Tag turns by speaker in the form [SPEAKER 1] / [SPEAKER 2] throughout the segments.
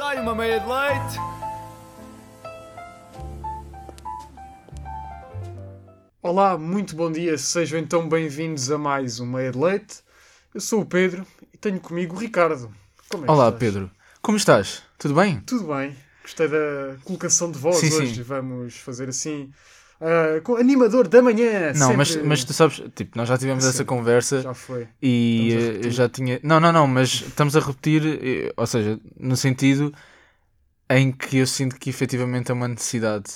[SPEAKER 1] Ai, uma meia de leite!
[SPEAKER 2] Olá, muito bom dia, sejam então bem-vindos a mais um Meia de Leite. Eu sou o Pedro e tenho comigo o Ricardo. Como é que
[SPEAKER 3] Olá,
[SPEAKER 2] estás?
[SPEAKER 3] Pedro. Como estás? Tudo bem?
[SPEAKER 2] Tudo bem, gostei da colocação de voz
[SPEAKER 3] Sim, sim.
[SPEAKER 2] hoje. Vamos fazer assim. ah, com animador da manhã!
[SPEAKER 3] Não, mas,
[SPEAKER 2] É sempre.
[SPEAKER 3] mas tu sabes, tipo, nós já tivemos essa
[SPEAKER 2] Sempre.
[SPEAKER 3] conversa
[SPEAKER 2] Já foi.
[SPEAKER 3] e
[SPEAKER 2] Estamos a
[SPEAKER 3] eh,
[SPEAKER 2] repetir.
[SPEAKER 3] eu já tinha. Não, não, não, mas estamos a repetir, eh, ou seja, no sentido em que eu sinto que efetivamente é uma necessidade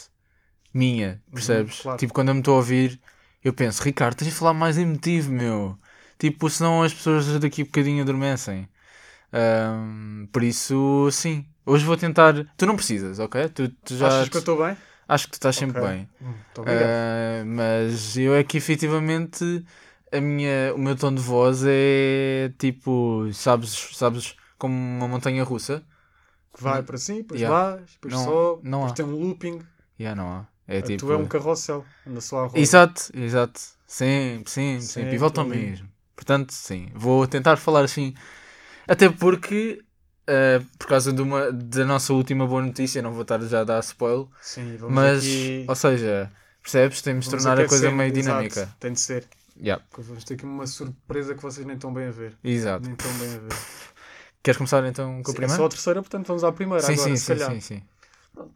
[SPEAKER 3] minha, percebes?
[SPEAKER 2] Uhum. claro.
[SPEAKER 3] Tipo, quando eu me estou a ouvir, eu penso, Ricardo, tens de falar mais emotivo, meu. Tipo, senão as pessoas daqui a bocadinho adormecem. Ahm, por isso, sim. Hoje vou tentar. Tu não precisas, ok? Tu, tu já.
[SPEAKER 2] Achas que eu estou bem?
[SPEAKER 3] Acho que tu estás sempre
[SPEAKER 2] Ok.
[SPEAKER 3] bem.
[SPEAKER 2] Hum, Muito obrigado.
[SPEAKER 3] Ah, mas eu é que efetivamente a minha, o meu tom de voz é tipo, sabes, sabes como uma montanha russa?
[SPEAKER 2] que vai para cima, depois
[SPEAKER 3] yeah.
[SPEAKER 2] vais, depois
[SPEAKER 3] Não-
[SPEAKER 2] sobe,
[SPEAKER 3] não
[SPEAKER 2] depois
[SPEAKER 3] há.
[SPEAKER 2] tem um looping.
[SPEAKER 3] Já não há. É
[SPEAKER 2] Ah,
[SPEAKER 3] tipo. é-
[SPEAKER 2] Tu é um carrossel, anda só à roda.
[SPEAKER 3] Exato, exato. Sempre, sempre, sempre.
[SPEAKER 2] Sempre
[SPEAKER 3] E volta ao
[SPEAKER 2] ali.
[SPEAKER 3] mesmo. Portanto, sim, vou tentar falar assim. Até porque, ah, por causa de uma, da nossa última boa notícia, não vou estar já a dar spoiler,
[SPEAKER 2] Sim, vamos
[SPEAKER 3] mas,
[SPEAKER 2] aqui-
[SPEAKER 3] ou seja, percebes? Temos de
[SPEAKER 2] vamos
[SPEAKER 3] tornar a coisa
[SPEAKER 2] aquecer.
[SPEAKER 3] meio
[SPEAKER 2] Exato,
[SPEAKER 3] dinâmica.
[SPEAKER 2] Tem de ser.
[SPEAKER 3] Yeah,
[SPEAKER 2] Porque Vamos ter aqui uma surpresa que vocês nem estão bem a ver.
[SPEAKER 3] exato.
[SPEAKER 2] Nem estão bem a ver.
[SPEAKER 3] Queres começar então com
[SPEAKER 2] Sim,
[SPEAKER 3] o
[SPEAKER 2] é
[SPEAKER 3] primeiro?
[SPEAKER 2] só a terceira, portanto vamos à primeira
[SPEAKER 3] sim,
[SPEAKER 2] agora,
[SPEAKER 3] sim,
[SPEAKER 2] se
[SPEAKER 3] sim,
[SPEAKER 2] calhar.
[SPEAKER 3] sim, sim.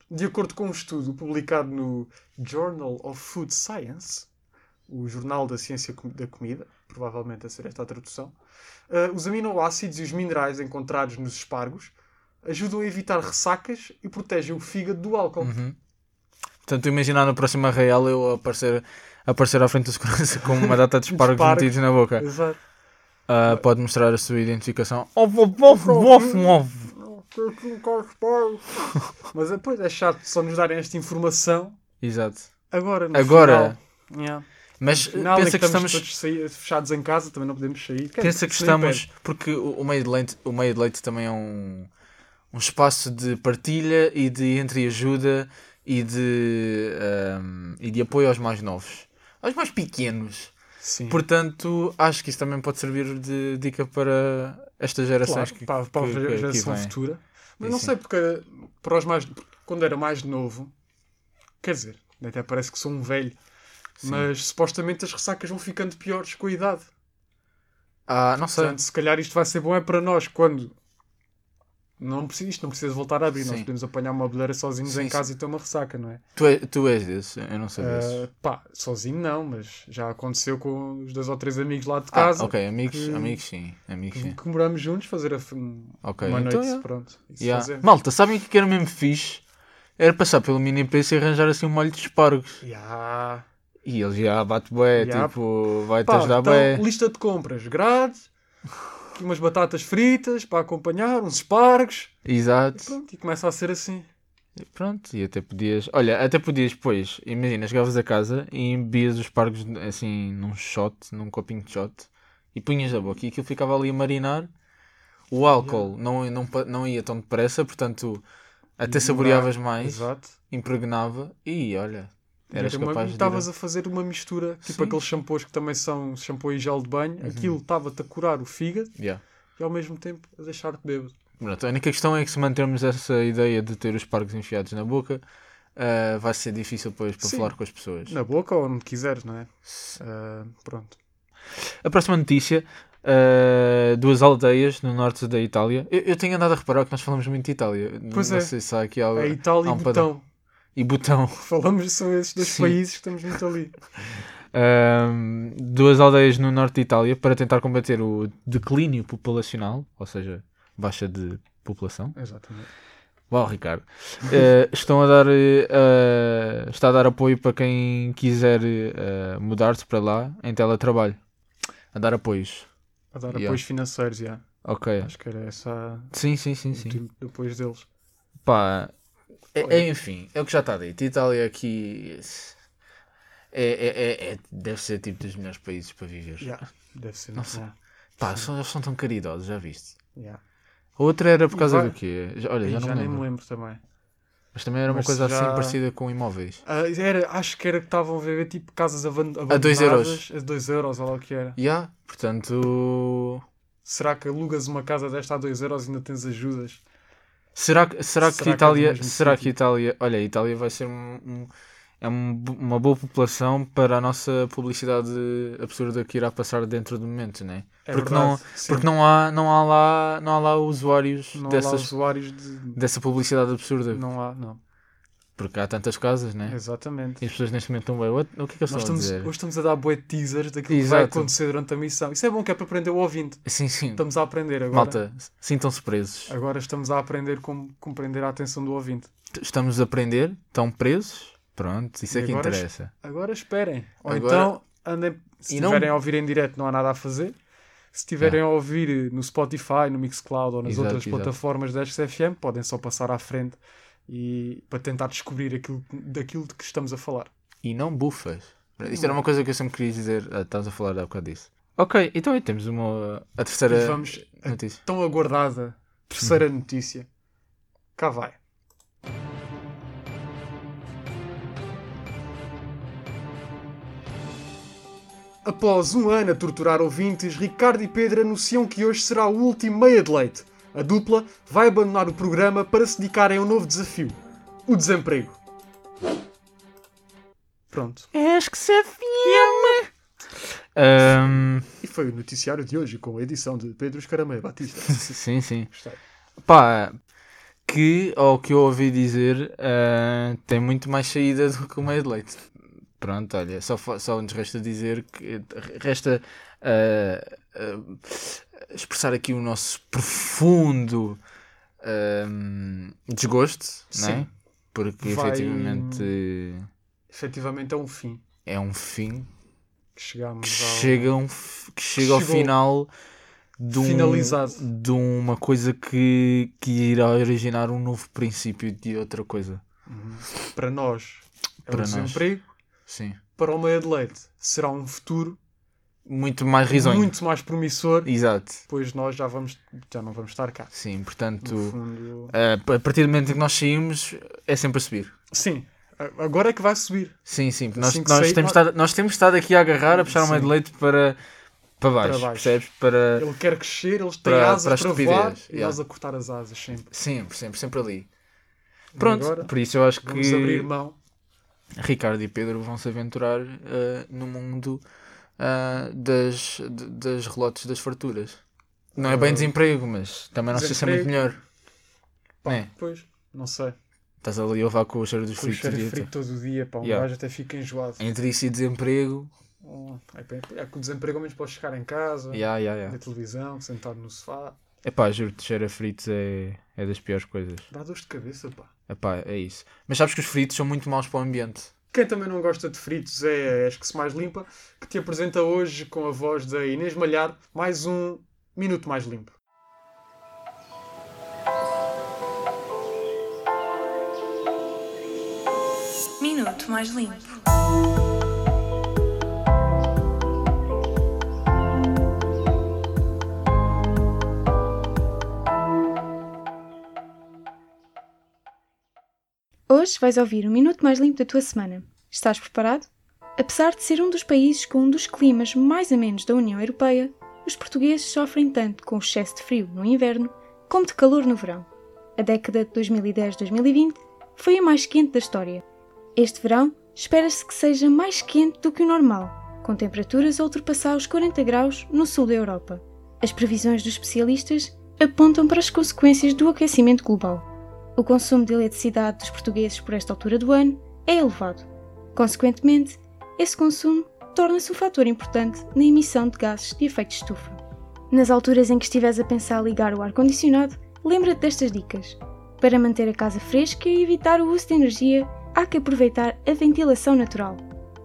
[SPEAKER 2] De acordo com um estudo publicado no Journal of Food Science, o Jornal da Ciência Com- da Comida, provavelmente a ser esta a tradução, eh, os aminoácidos e os minerais encontrados nos espargos ajudam a evitar ressacas e protegem o fígado do álcool.
[SPEAKER 3] Uhum. Portanto, imaginar no próximo arraial eu aparecer, aparecer à frente do segurança com uma data
[SPEAKER 2] Um
[SPEAKER 3] de espargos
[SPEAKER 2] Espargos.
[SPEAKER 3] metidos na boca.
[SPEAKER 2] Exato.
[SPEAKER 3] Ah, pode mostrar a sua identificação. Ovo, ovo, ovo, ovo, ovo.
[SPEAKER 2] Mas depois é chato só nos darem esta informação
[SPEAKER 3] Exato.
[SPEAKER 2] agora. No
[SPEAKER 3] Agora.
[SPEAKER 2] Final, Yeah.
[SPEAKER 3] Mas
[SPEAKER 2] Final é
[SPEAKER 3] pensa que estamos,
[SPEAKER 2] todos saí- fechados em casa, também não podemos sair.
[SPEAKER 3] pensa que
[SPEAKER 2] Isso nem
[SPEAKER 3] estamos porque o o meio de leite, o meio de leite também é um, um espaço de partilha e de entreajuda e de ahm, e de apoio aos mais novos, aos mais pequenos.
[SPEAKER 2] pede. Sim.
[SPEAKER 3] Portanto, acho que isso também pode servir de dica para estas gerações
[SPEAKER 2] Claro,
[SPEAKER 3] que,
[SPEAKER 2] para, para
[SPEAKER 3] que-
[SPEAKER 2] a
[SPEAKER 3] que- que
[SPEAKER 2] geração
[SPEAKER 3] vêm.
[SPEAKER 2] futura. Mas
[SPEAKER 3] Sim,
[SPEAKER 2] não
[SPEAKER 3] sim.
[SPEAKER 2] sei porque para os mais quando era mais novo, quer dizer, até parece que sou um velho, mas supostamente as ressacas vão ficando piores com a idade.
[SPEAKER 3] Ah, não sei.
[SPEAKER 2] Portanto, se calhar isto vai ser bom é para nós quando não precisa, isto não precisa voltar a abrir, nós
[SPEAKER 3] Sim.
[SPEAKER 2] podemos apanhar uma boleira sozinhos
[SPEAKER 3] Sim,
[SPEAKER 2] em casa e ter uma ressaca, não é?
[SPEAKER 3] Tu, é- tu és desses, eu não sou desses.
[SPEAKER 2] Ah, pá, sozinho não, mas já aconteceu com os dois ou três amigos lá de
[SPEAKER 3] Ah,
[SPEAKER 2] casa
[SPEAKER 3] ok, amigos,
[SPEAKER 2] que-
[SPEAKER 3] amigos sim. Amigos
[SPEAKER 2] que,
[SPEAKER 3] sim.
[SPEAKER 2] que morámos juntos fazer a f- uma
[SPEAKER 3] Ok,
[SPEAKER 2] noite,
[SPEAKER 3] então, yeah.
[SPEAKER 2] pronto. Isso
[SPEAKER 3] Yeah.
[SPEAKER 2] fazemos.
[SPEAKER 3] Malta, sabem o que era mesmo fixe? Era passar pelo mini preço e arranjar assim um molho de espargos.
[SPEAKER 2] Yeah.
[SPEAKER 3] E ele já bate bué,
[SPEAKER 2] Yeah.
[SPEAKER 3] tipo, vai-te
[SPEAKER 2] Pá,
[SPEAKER 3] ajudar
[SPEAKER 2] então,
[SPEAKER 3] bué.
[SPEAKER 2] lista de compras, grade, aqui umas batatas fritas para acompanhar, uns espargos,
[SPEAKER 3] Exato.
[SPEAKER 2] pronto, e começa a ser assim.
[SPEAKER 3] Pronto, e até podias. Olha, até podias, pois, imagina, chegavas a casa e bebias os pargos assim num shot, num copinho de shot, e punhas na boca e aquilo ficava ali a marinar. O álcool não, não, pa- não ia tão depressa, portanto, até saboreavas mais,
[SPEAKER 2] Exato.
[SPEAKER 3] impregnava e olha, eras
[SPEAKER 2] Era uma-
[SPEAKER 3] capaz
[SPEAKER 2] e
[SPEAKER 3] de.
[SPEAKER 2] estavas a fazer uma mistura, tipo
[SPEAKER 3] Sim.
[SPEAKER 2] aqueles shampoos que também são shampoo e gel de banho, aquilo estava-te a curar o fígado
[SPEAKER 3] Yeah.
[SPEAKER 2] e ao mesmo tempo a deixar-te bêbado.
[SPEAKER 3] Pronto, a única questão é que se mantermos essa ideia de ter os pargos enfiados na boca, ah, vai ser difícil depois para
[SPEAKER 2] Sim.
[SPEAKER 3] falar com as pessoas.
[SPEAKER 2] Na boca ou onde quiseres, não é? Ah, pronto.
[SPEAKER 3] A próxima notícia, uh, duas aldeias no norte da Itália. Eu, eu tenho andado a reparar que nós falamos muito de Itália.
[SPEAKER 2] Pois
[SPEAKER 3] não
[SPEAKER 2] é.
[SPEAKER 3] sei se há aqui algo.
[SPEAKER 2] A Itália
[SPEAKER 3] há
[SPEAKER 2] e
[SPEAKER 3] um padrão.
[SPEAKER 2] Botão.
[SPEAKER 3] E Botão.
[SPEAKER 2] Falamos, são esses dois
[SPEAKER 3] Sim.
[SPEAKER 2] países que estamos muito ali.
[SPEAKER 3] Um, duas aldeias no norte da Itália para tentar combater o declínio populacional, ou seja, baixa de população.
[SPEAKER 2] Exatamente.
[SPEAKER 3] Uau, Ricardo. Eh, estão a dar, eh, eh, está a dar apoio para quem quiser eh, mudar-se para lá em teletrabalho. A dar apoios.
[SPEAKER 2] A dar
[SPEAKER 3] Yeah.
[SPEAKER 2] apoios financeiros, yeah.
[SPEAKER 3] Ok.
[SPEAKER 2] acho que era essa
[SPEAKER 3] Sim, sim, sim,
[SPEAKER 2] o
[SPEAKER 3] sim.
[SPEAKER 2] tipo de apoios deles.
[SPEAKER 3] Pá, é- é, enfim, é o que já está dito. Itália aqui é, é- é- é- deve ser tipo dos melhores países para viver.
[SPEAKER 2] Yeah, deve ser.
[SPEAKER 3] Nossa.
[SPEAKER 2] yeah,
[SPEAKER 3] Pá, são, eles são tão caridosos, já viste?
[SPEAKER 2] yeah.
[SPEAKER 3] A outra era por
[SPEAKER 2] E
[SPEAKER 3] causa
[SPEAKER 2] vai-
[SPEAKER 3] do quê? Já- olha,
[SPEAKER 2] E
[SPEAKER 3] já não
[SPEAKER 2] já
[SPEAKER 3] me
[SPEAKER 2] nem me
[SPEAKER 3] lembro.
[SPEAKER 2] lembro também.
[SPEAKER 3] Mas também era uma
[SPEAKER 2] Mas
[SPEAKER 3] coisa
[SPEAKER 2] já-
[SPEAKER 3] assim parecida com imóveis.
[SPEAKER 2] Ah, era, acho que era que estavam a ver tipo casas aban- abandonadas.
[SPEAKER 3] dois euros.
[SPEAKER 2] A 2 euros, olha lá o que era.
[SPEAKER 3] Já, portanto.
[SPEAKER 2] Será que alugas uma casa desta a 2 euros e ainda tens ajudas?
[SPEAKER 3] Será, que-
[SPEAKER 2] Será
[SPEAKER 3] será, que
[SPEAKER 2] que é do
[SPEAKER 3] a Itália.
[SPEAKER 2] mesmo
[SPEAKER 3] será que
[SPEAKER 2] sítio?
[SPEAKER 3] a Itália. Olha, a Itália vai ser um, um- é um bo- uma boa população para a nossa publicidade absurda que irá passar dentro do momento, né?
[SPEAKER 2] É
[SPEAKER 3] porque
[SPEAKER 2] verdade,
[SPEAKER 3] não,
[SPEAKER 2] sim.
[SPEAKER 3] porque não, há, não, há lá, não há lá usuários
[SPEAKER 2] Não há lá
[SPEAKER 3] dessas,
[SPEAKER 2] usuários de.
[SPEAKER 3] dessa publicidade absurda.
[SPEAKER 2] Não há, não.
[SPEAKER 3] Porque há tantas casas, né?
[SPEAKER 2] Exatamente.
[SPEAKER 3] E as pessoas neste momento estão bem. "What? O que é que eu estou
[SPEAKER 2] Nós
[SPEAKER 3] a
[SPEAKER 2] estamos,
[SPEAKER 3] dizer?
[SPEAKER 2] hoje estamos a dar boé teasers daquilo que vai
[SPEAKER 3] Exato.
[SPEAKER 2] acontecer durante a missão. Isso é bom que é para aprender o ouvinte.
[SPEAKER 3] Sim, sim.
[SPEAKER 2] Estamos a aprender agora.
[SPEAKER 3] Malta, sintam-se presos.
[SPEAKER 2] Agora estamos a aprender como compreender a atenção do ouvinte.
[SPEAKER 3] Estamos a aprender, estão presos. Pronto, isso
[SPEAKER 2] E
[SPEAKER 3] é que
[SPEAKER 2] agora
[SPEAKER 3] interessa.
[SPEAKER 2] Agora esperem. Ou
[SPEAKER 3] Agora-
[SPEAKER 2] então andem. Se
[SPEAKER 3] E não-
[SPEAKER 2] estiverem a ouvir em direto, não há nada a fazer. Se estiverem a ouvir eh, no Spotify, no Mixcloud ou nas
[SPEAKER 3] Exato,
[SPEAKER 2] outras
[SPEAKER 3] exato.
[SPEAKER 2] plataformas da XFM, podem só passar à frente e para tentar descobrir aquilo, daquilo de que estamos a falar.
[SPEAKER 3] E não bufas. Isto era uma coisa que eu sempre queria dizer. Ah, estás a falar há bocado disso. Ok, então aí temos uma, a terceira
[SPEAKER 2] E vamos à
[SPEAKER 3] notícia.
[SPEAKER 2] tão aguardada terceira notícia. Cá vai. Após um ano a torturar ouvintes, Ricardo e Pedro anunciam que hoje será o último meia de leite. A dupla vai abandonar o programa para se dedicarem a um novo desafio: o desemprego. Pronto.
[SPEAKER 3] És É, que se afirma. é Ahm,
[SPEAKER 2] E foi o noticiário de hoje com a edição de Pedro Escarameia Batista.
[SPEAKER 3] sim, sim.
[SPEAKER 2] Gostei.
[SPEAKER 3] Pá, que ao que eu ouvi dizer, ah, tem muito mais saída do que o meio de leite. Pronto, olha, só, fa- só nos resta dizer que resta ah, ah, expressar aqui o nosso profundo ahm, desgosto, não é?
[SPEAKER 2] Sim.
[SPEAKER 3] Porque
[SPEAKER 2] Vai-
[SPEAKER 3] efetivamente
[SPEAKER 2] Efetivamente é um fim
[SPEAKER 3] é um fim
[SPEAKER 2] que chegámos
[SPEAKER 3] que
[SPEAKER 2] ao.
[SPEAKER 3] chega, um f- que chega ao
[SPEAKER 2] Chegou.
[SPEAKER 3] final de, um-
[SPEAKER 2] Finalizado.
[SPEAKER 3] de uma coisa que, que irá originar um novo princípio de outra coisa.
[SPEAKER 2] para nós é
[SPEAKER 3] Para
[SPEAKER 2] um
[SPEAKER 3] nós.
[SPEAKER 2] desemprego,
[SPEAKER 3] Sim.
[SPEAKER 2] para o meio de leite será um futuro
[SPEAKER 3] Muito mais risonho.
[SPEAKER 2] muito mais promissor,
[SPEAKER 3] Exato.
[SPEAKER 2] pois nós já, vamos, já não vamos estar cá.
[SPEAKER 3] Sim,
[SPEAKER 2] No
[SPEAKER 3] portanto,
[SPEAKER 2] fundo...
[SPEAKER 3] ah, a partir do momento em que nós saímos, é sempre a subir.
[SPEAKER 2] Sim, a- agora é que vai subir
[SPEAKER 3] Sim, sim. Nós,
[SPEAKER 2] Assim que
[SPEAKER 3] nós,
[SPEAKER 2] sair,
[SPEAKER 3] temos,
[SPEAKER 2] nós-
[SPEAKER 3] Estado, nós temos estado aqui a agarrar, a puxar o
[SPEAKER 2] Sim.
[SPEAKER 3] meio de leite para, para, baixo,
[SPEAKER 2] para baixo.
[SPEAKER 3] Percebes? Para.
[SPEAKER 2] Ele quer crescer, ele tem
[SPEAKER 3] Para- para
[SPEAKER 2] asas
[SPEAKER 3] a
[SPEAKER 2] para, voar
[SPEAKER 3] estupidez,
[SPEAKER 2] e
[SPEAKER 3] yeah.
[SPEAKER 2] nós a cortar as asas sempre.
[SPEAKER 3] Sempre, sempre, sempre ali.
[SPEAKER 2] E
[SPEAKER 3] Pronto,
[SPEAKER 2] agora
[SPEAKER 3] por isso eu acho
[SPEAKER 2] vamos
[SPEAKER 3] que.
[SPEAKER 2] abrir mão.
[SPEAKER 3] Ricardo e Pedro vão se aventurar ah, no mundo ah, das, d- das relotes das farturas. Não é bem desemprego, mas também não sei se é muito melhor. Né?
[SPEAKER 2] Pois, não sei.
[SPEAKER 3] Estás ali a levar com o cheiro dos
[SPEAKER 2] Fui
[SPEAKER 3] fritos.
[SPEAKER 2] cheiro
[SPEAKER 3] o dia
[SPEAKER 2] de frito todo o dia, pá. Um
[SPEAKER 3] Yeah.
[SPEAKER 2] gajo até fica enjoado.
[SPEAKER 3] todo. Entre isso e desemprego.
[SPEAKER 2] Oh, é, bem- é que o desemprego ao menos pode chegar em casa,
[SPEAKER 3] Ya, ya, ya.
[SPEAKER 2] na televisão, sentado no sofá.
[SPEAKER 3] Epá, juro-te, cheiro a fritos é, é das piores coisas.
[SPEAKER 2] Dá dor de cabeça, pá.
[SPEAKER 3] Epá, é isso. Mas sabes que os fritos são muito maus para o ambiente.
[SPEAKER 2] Quem também não gosta de fritos é a Acho que se mais limpa, que te apresenta hoje com a voz da Inês Malhar mais um Minuto Mais Limpo.
[SPEAKER 1] Minuto mais limpo.
[SPEAKER 4] Hoje vais ouvir o minuto mais limpo da tua semana. Estás preparado? Apesar de ser um dos países com um dos climas mais amenos da União Europeia, os portugueses sofrem tanto com o excesso de frio no inverno como de calor no verão. A década de 2010-2020 foi a mais quente da história. Este verão espera-se que seja mais quente do que o normal, com temperaturas a ultrapassar os 40 graus no sul da Europa. As previsões dos especialistas apontam para as consequências do aquecimento global. O consumo de eletricidade dos portugueses por esta altura do ano é elevado. Consequentemente, esse consumo torna-se um fator importante na emissão de gases de efeito estufa. Nas alturas em que estiveres a pensar ligar o ar-condicionado, lembra-te destas dicas. Para manter a casa fresca e evitar o uso de energia, há que aproveitar a ventilação natural.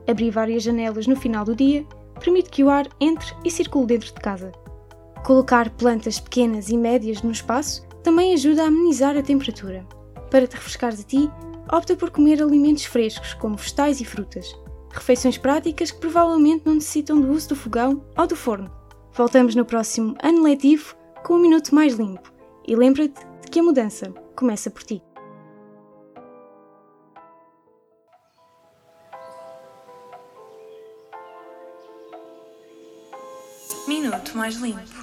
[SPEAKER 4] Abrir várias janelas no final do dia permite que o ar entre e circule dentro de casa. Colocar plantas pequenas e médias no espaço também ajuda a amenizar a temperatura. Para te refrescares a ti, opta por comer alimentos frescos, como vegetais e frutas. Refeições práticas que provavelmente não necessitam do uso do fogão ou do forno. Voltamos no próximo ano letivo com um minuto mais limpo. E lembra-te de que a mudança começa por ti.
[SPEAKER 1] Minuto mais limpo.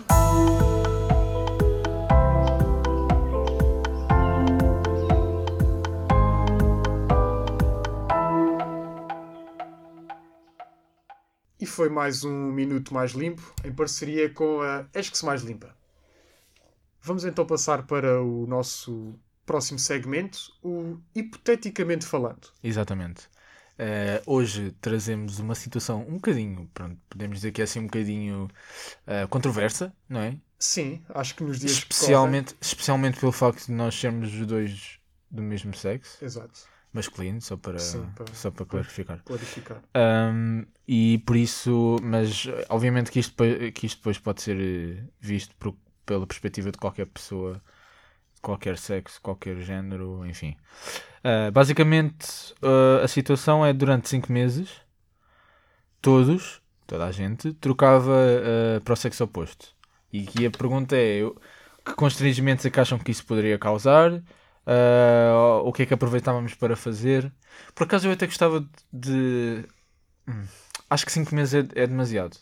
[SPEAKER 2] foi mais um Minuto Mais Limpo, em parceria com a Eis que se Mais Limpa. Vamos então passar para o nosso próximo segmento, o Hipoteticamente Falando.
[SPEAKER 3] Exatamente. Eh, hoje trazemos uma situação um bocadinho, pronto, podemos dizer que é assim um bocadinho eh, controversa, não é?
[SPEAKER 2] Sim, acho que nos dias que
[SPEAKER 3] Especialmente, especialmente pelo facto de nós sermos os dois do mesmo sexo,
[SPEAKER 2] correm- Exato,
[SPEAKER 3] masculino, só para,
[SPEAKER 2] Sim, para-
[SPEAKER 3] só para clarificar.
[SPEAKER 2] clarificar.
[SPEAKER 3] Um, e por isso, mas eh, obviamente que isto, pe- que isto depois pode ser eh, visto por- pela perspectiva de qualquer pessoa, qualquer sexo, qualquer género, enfim. Ah, basicamente, ah, a situação é durante 5 meses, todos, toda a gente, trocava ah, para o sexo oposto. E que a pergunta é: eu- que constrangimentos é que acham que isso poderia causar? Ah, o que é que aproveitávamos para fazer? Por acaso eu até gostava de. Hum, Acho que 5 meses é, é demasiado.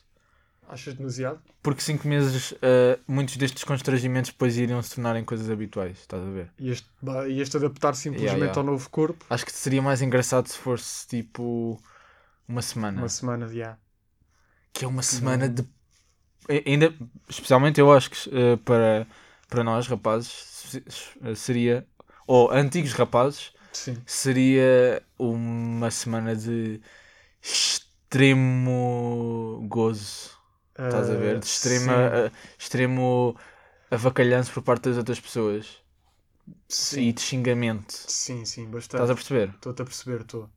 [SPEAKER 2] Achas demasiado?
[SPEAKER 3] Porque 5 meses, ah, muitos destes constrangimentos depois iriam se tornar em coisas habituais, estás a ver?
[SPEAKER 2] E este, ba- e este adaptar simplesmente
[SPEAKER 3] Yeah, yeah.
[SPEAKER 2] ao novo corpo?
[SPEAKER 3] Acho que seria mais engraçado se fosse tipo uma semana.
[SPEAKER 2] Uma semana, já.
[SPEAKER 3] Que é uma semana de. a- Ainda, especialmente eu acho que eh, para, para nós, rapazes, se- se- seria. Ou antigos rapazes,
[SPEAKER 2] Sim.
[SPEAKER 3] seria uma semana de extremo gozo. Estás
[SPEAKER 2] Ah,
[SPEAKER 3] a ver? De extrema, a- extremo avacalhanço por parte das outras pessoas e
[SPEAKER 2] Sim, sim,
[SPEAKER 3] de xingamento.
[SPEAKER 2] sim, sim bastante.
[SPEAKER 3] Estás a perceber?
[SPEAKER 2] Estou-te a perceber, estou.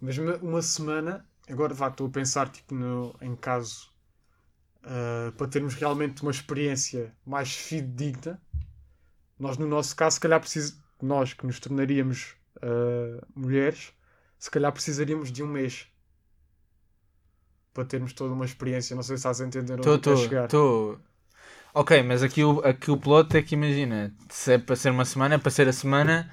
[SPEAKER 2] Mas uma- uma semana, agora vá, estou a pensar tipo, no, em caso ah, para termos realmente uma experiência mais fidedigna. Nós, no nosso caso, se calhar precis... nós que nos tornaríamos ah, mulheres, se calhar precisaríamos de um mês para termos toda uma experiência. Não sei se estás a entender onde
[SPEAKER 3] Estou,
[SPEAKER 2] quer chegar.
[SPEAKER 3] estou, estou. Ok, mas aqui o, aqui o plot é que imagina, se é para ser uma semana, é para ser a semana,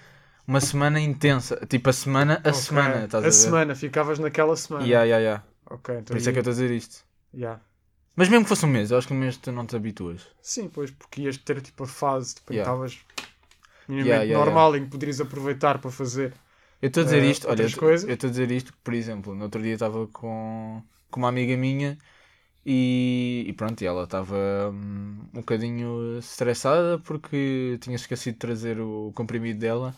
[SPEAKER 3] uma semana intensa. Tipo a semana, a
[SPEAKER 2] Ok.
[SPEAKER 3] semana, estás a, ver?
[SPEAKER 2] semana, ficavas naquela semana.
[SPEAKER 3] Yeah, yeah, yeah.
[SPEAKER 2] Ok, então
[SPEAKER 3] Por isso é que eu estou a dizer isto.
[SPEAKER 2] yeah.
[SPEAKER 3] Mas mesmo que fosse um mês, eu acho que um mês tu não te habituas.
[SPEAKER 2] Sim, pois, porque ias ter tipo a fase, tipo,
[SPEAKER 3] Yeah.
[SPEAKER 2] estavas minimamente
[SPEAKER 3] Yeah, yeah,
[SPEAKER 2] normal em que poderias aproveitar para fazer.
[SPEAKER 3] Eu estou a dizer
[SPEAKER 2] Eh,
[SPEAKER 3] isto, olha, eu
[SPEAKER 2] outras
[SPEAKER 3] estou
[SPEAKER 2] coisas?
[SPEAKER 3] eu estou a dizer isto, por exemplo, no outro dia estava com, com uma amiga minha e, e pronto, e ela estava hum, um bocadinho estressada porque tinha esquecido de trazer o comprimido dela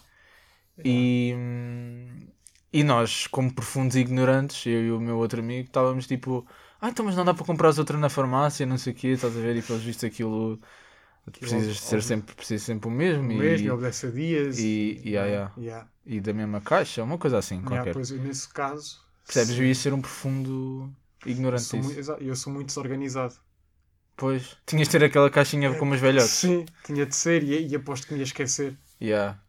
[SPEAKER 3] e, hum, e nós, como profundos ignorantes, eu e o meu outro amigo, estávamos tipo, ah, então mas não dá para comprar as outras na farmácia, não sei o quê, estás a ver, e pelos vistos aquilo... Precisas de ser
[SPEAKER 2] óbvio.
[SPEAKER 3] sempre, precisas sempre o mesmo,
[SPEAKER 2] Um
[SPEAKER 3] e-
[SPEAKER 2] mês, não obedece a dias.
[SPEAKER 3] e- yeah, yeah.
[SPEAKER 2] Yeah.
[SPEAKER 3] e da mesma caixa, uma coisa assim,
[SPEAKER 2] Yeah,
[SPEAKER 3] qualquer.
[SPEAKER 2] pois, eu, nesse caso,
[SPEAKER 3] Percebes? Eu ia ser um profundo ignorante
[SPEAKER 2] sou
[SPEAKER 3] disso.
[SPEAKER 2] muito, exa- eu sou muito desorganizado.
[SPEAKER 3] Pois, tinhas de ter aquela caixinha com umas velhotes.
[SPEAKER 2] Sim, tinha de ser e, e aposto que me ia esquecer.
[SPEAKER 3] Yeah.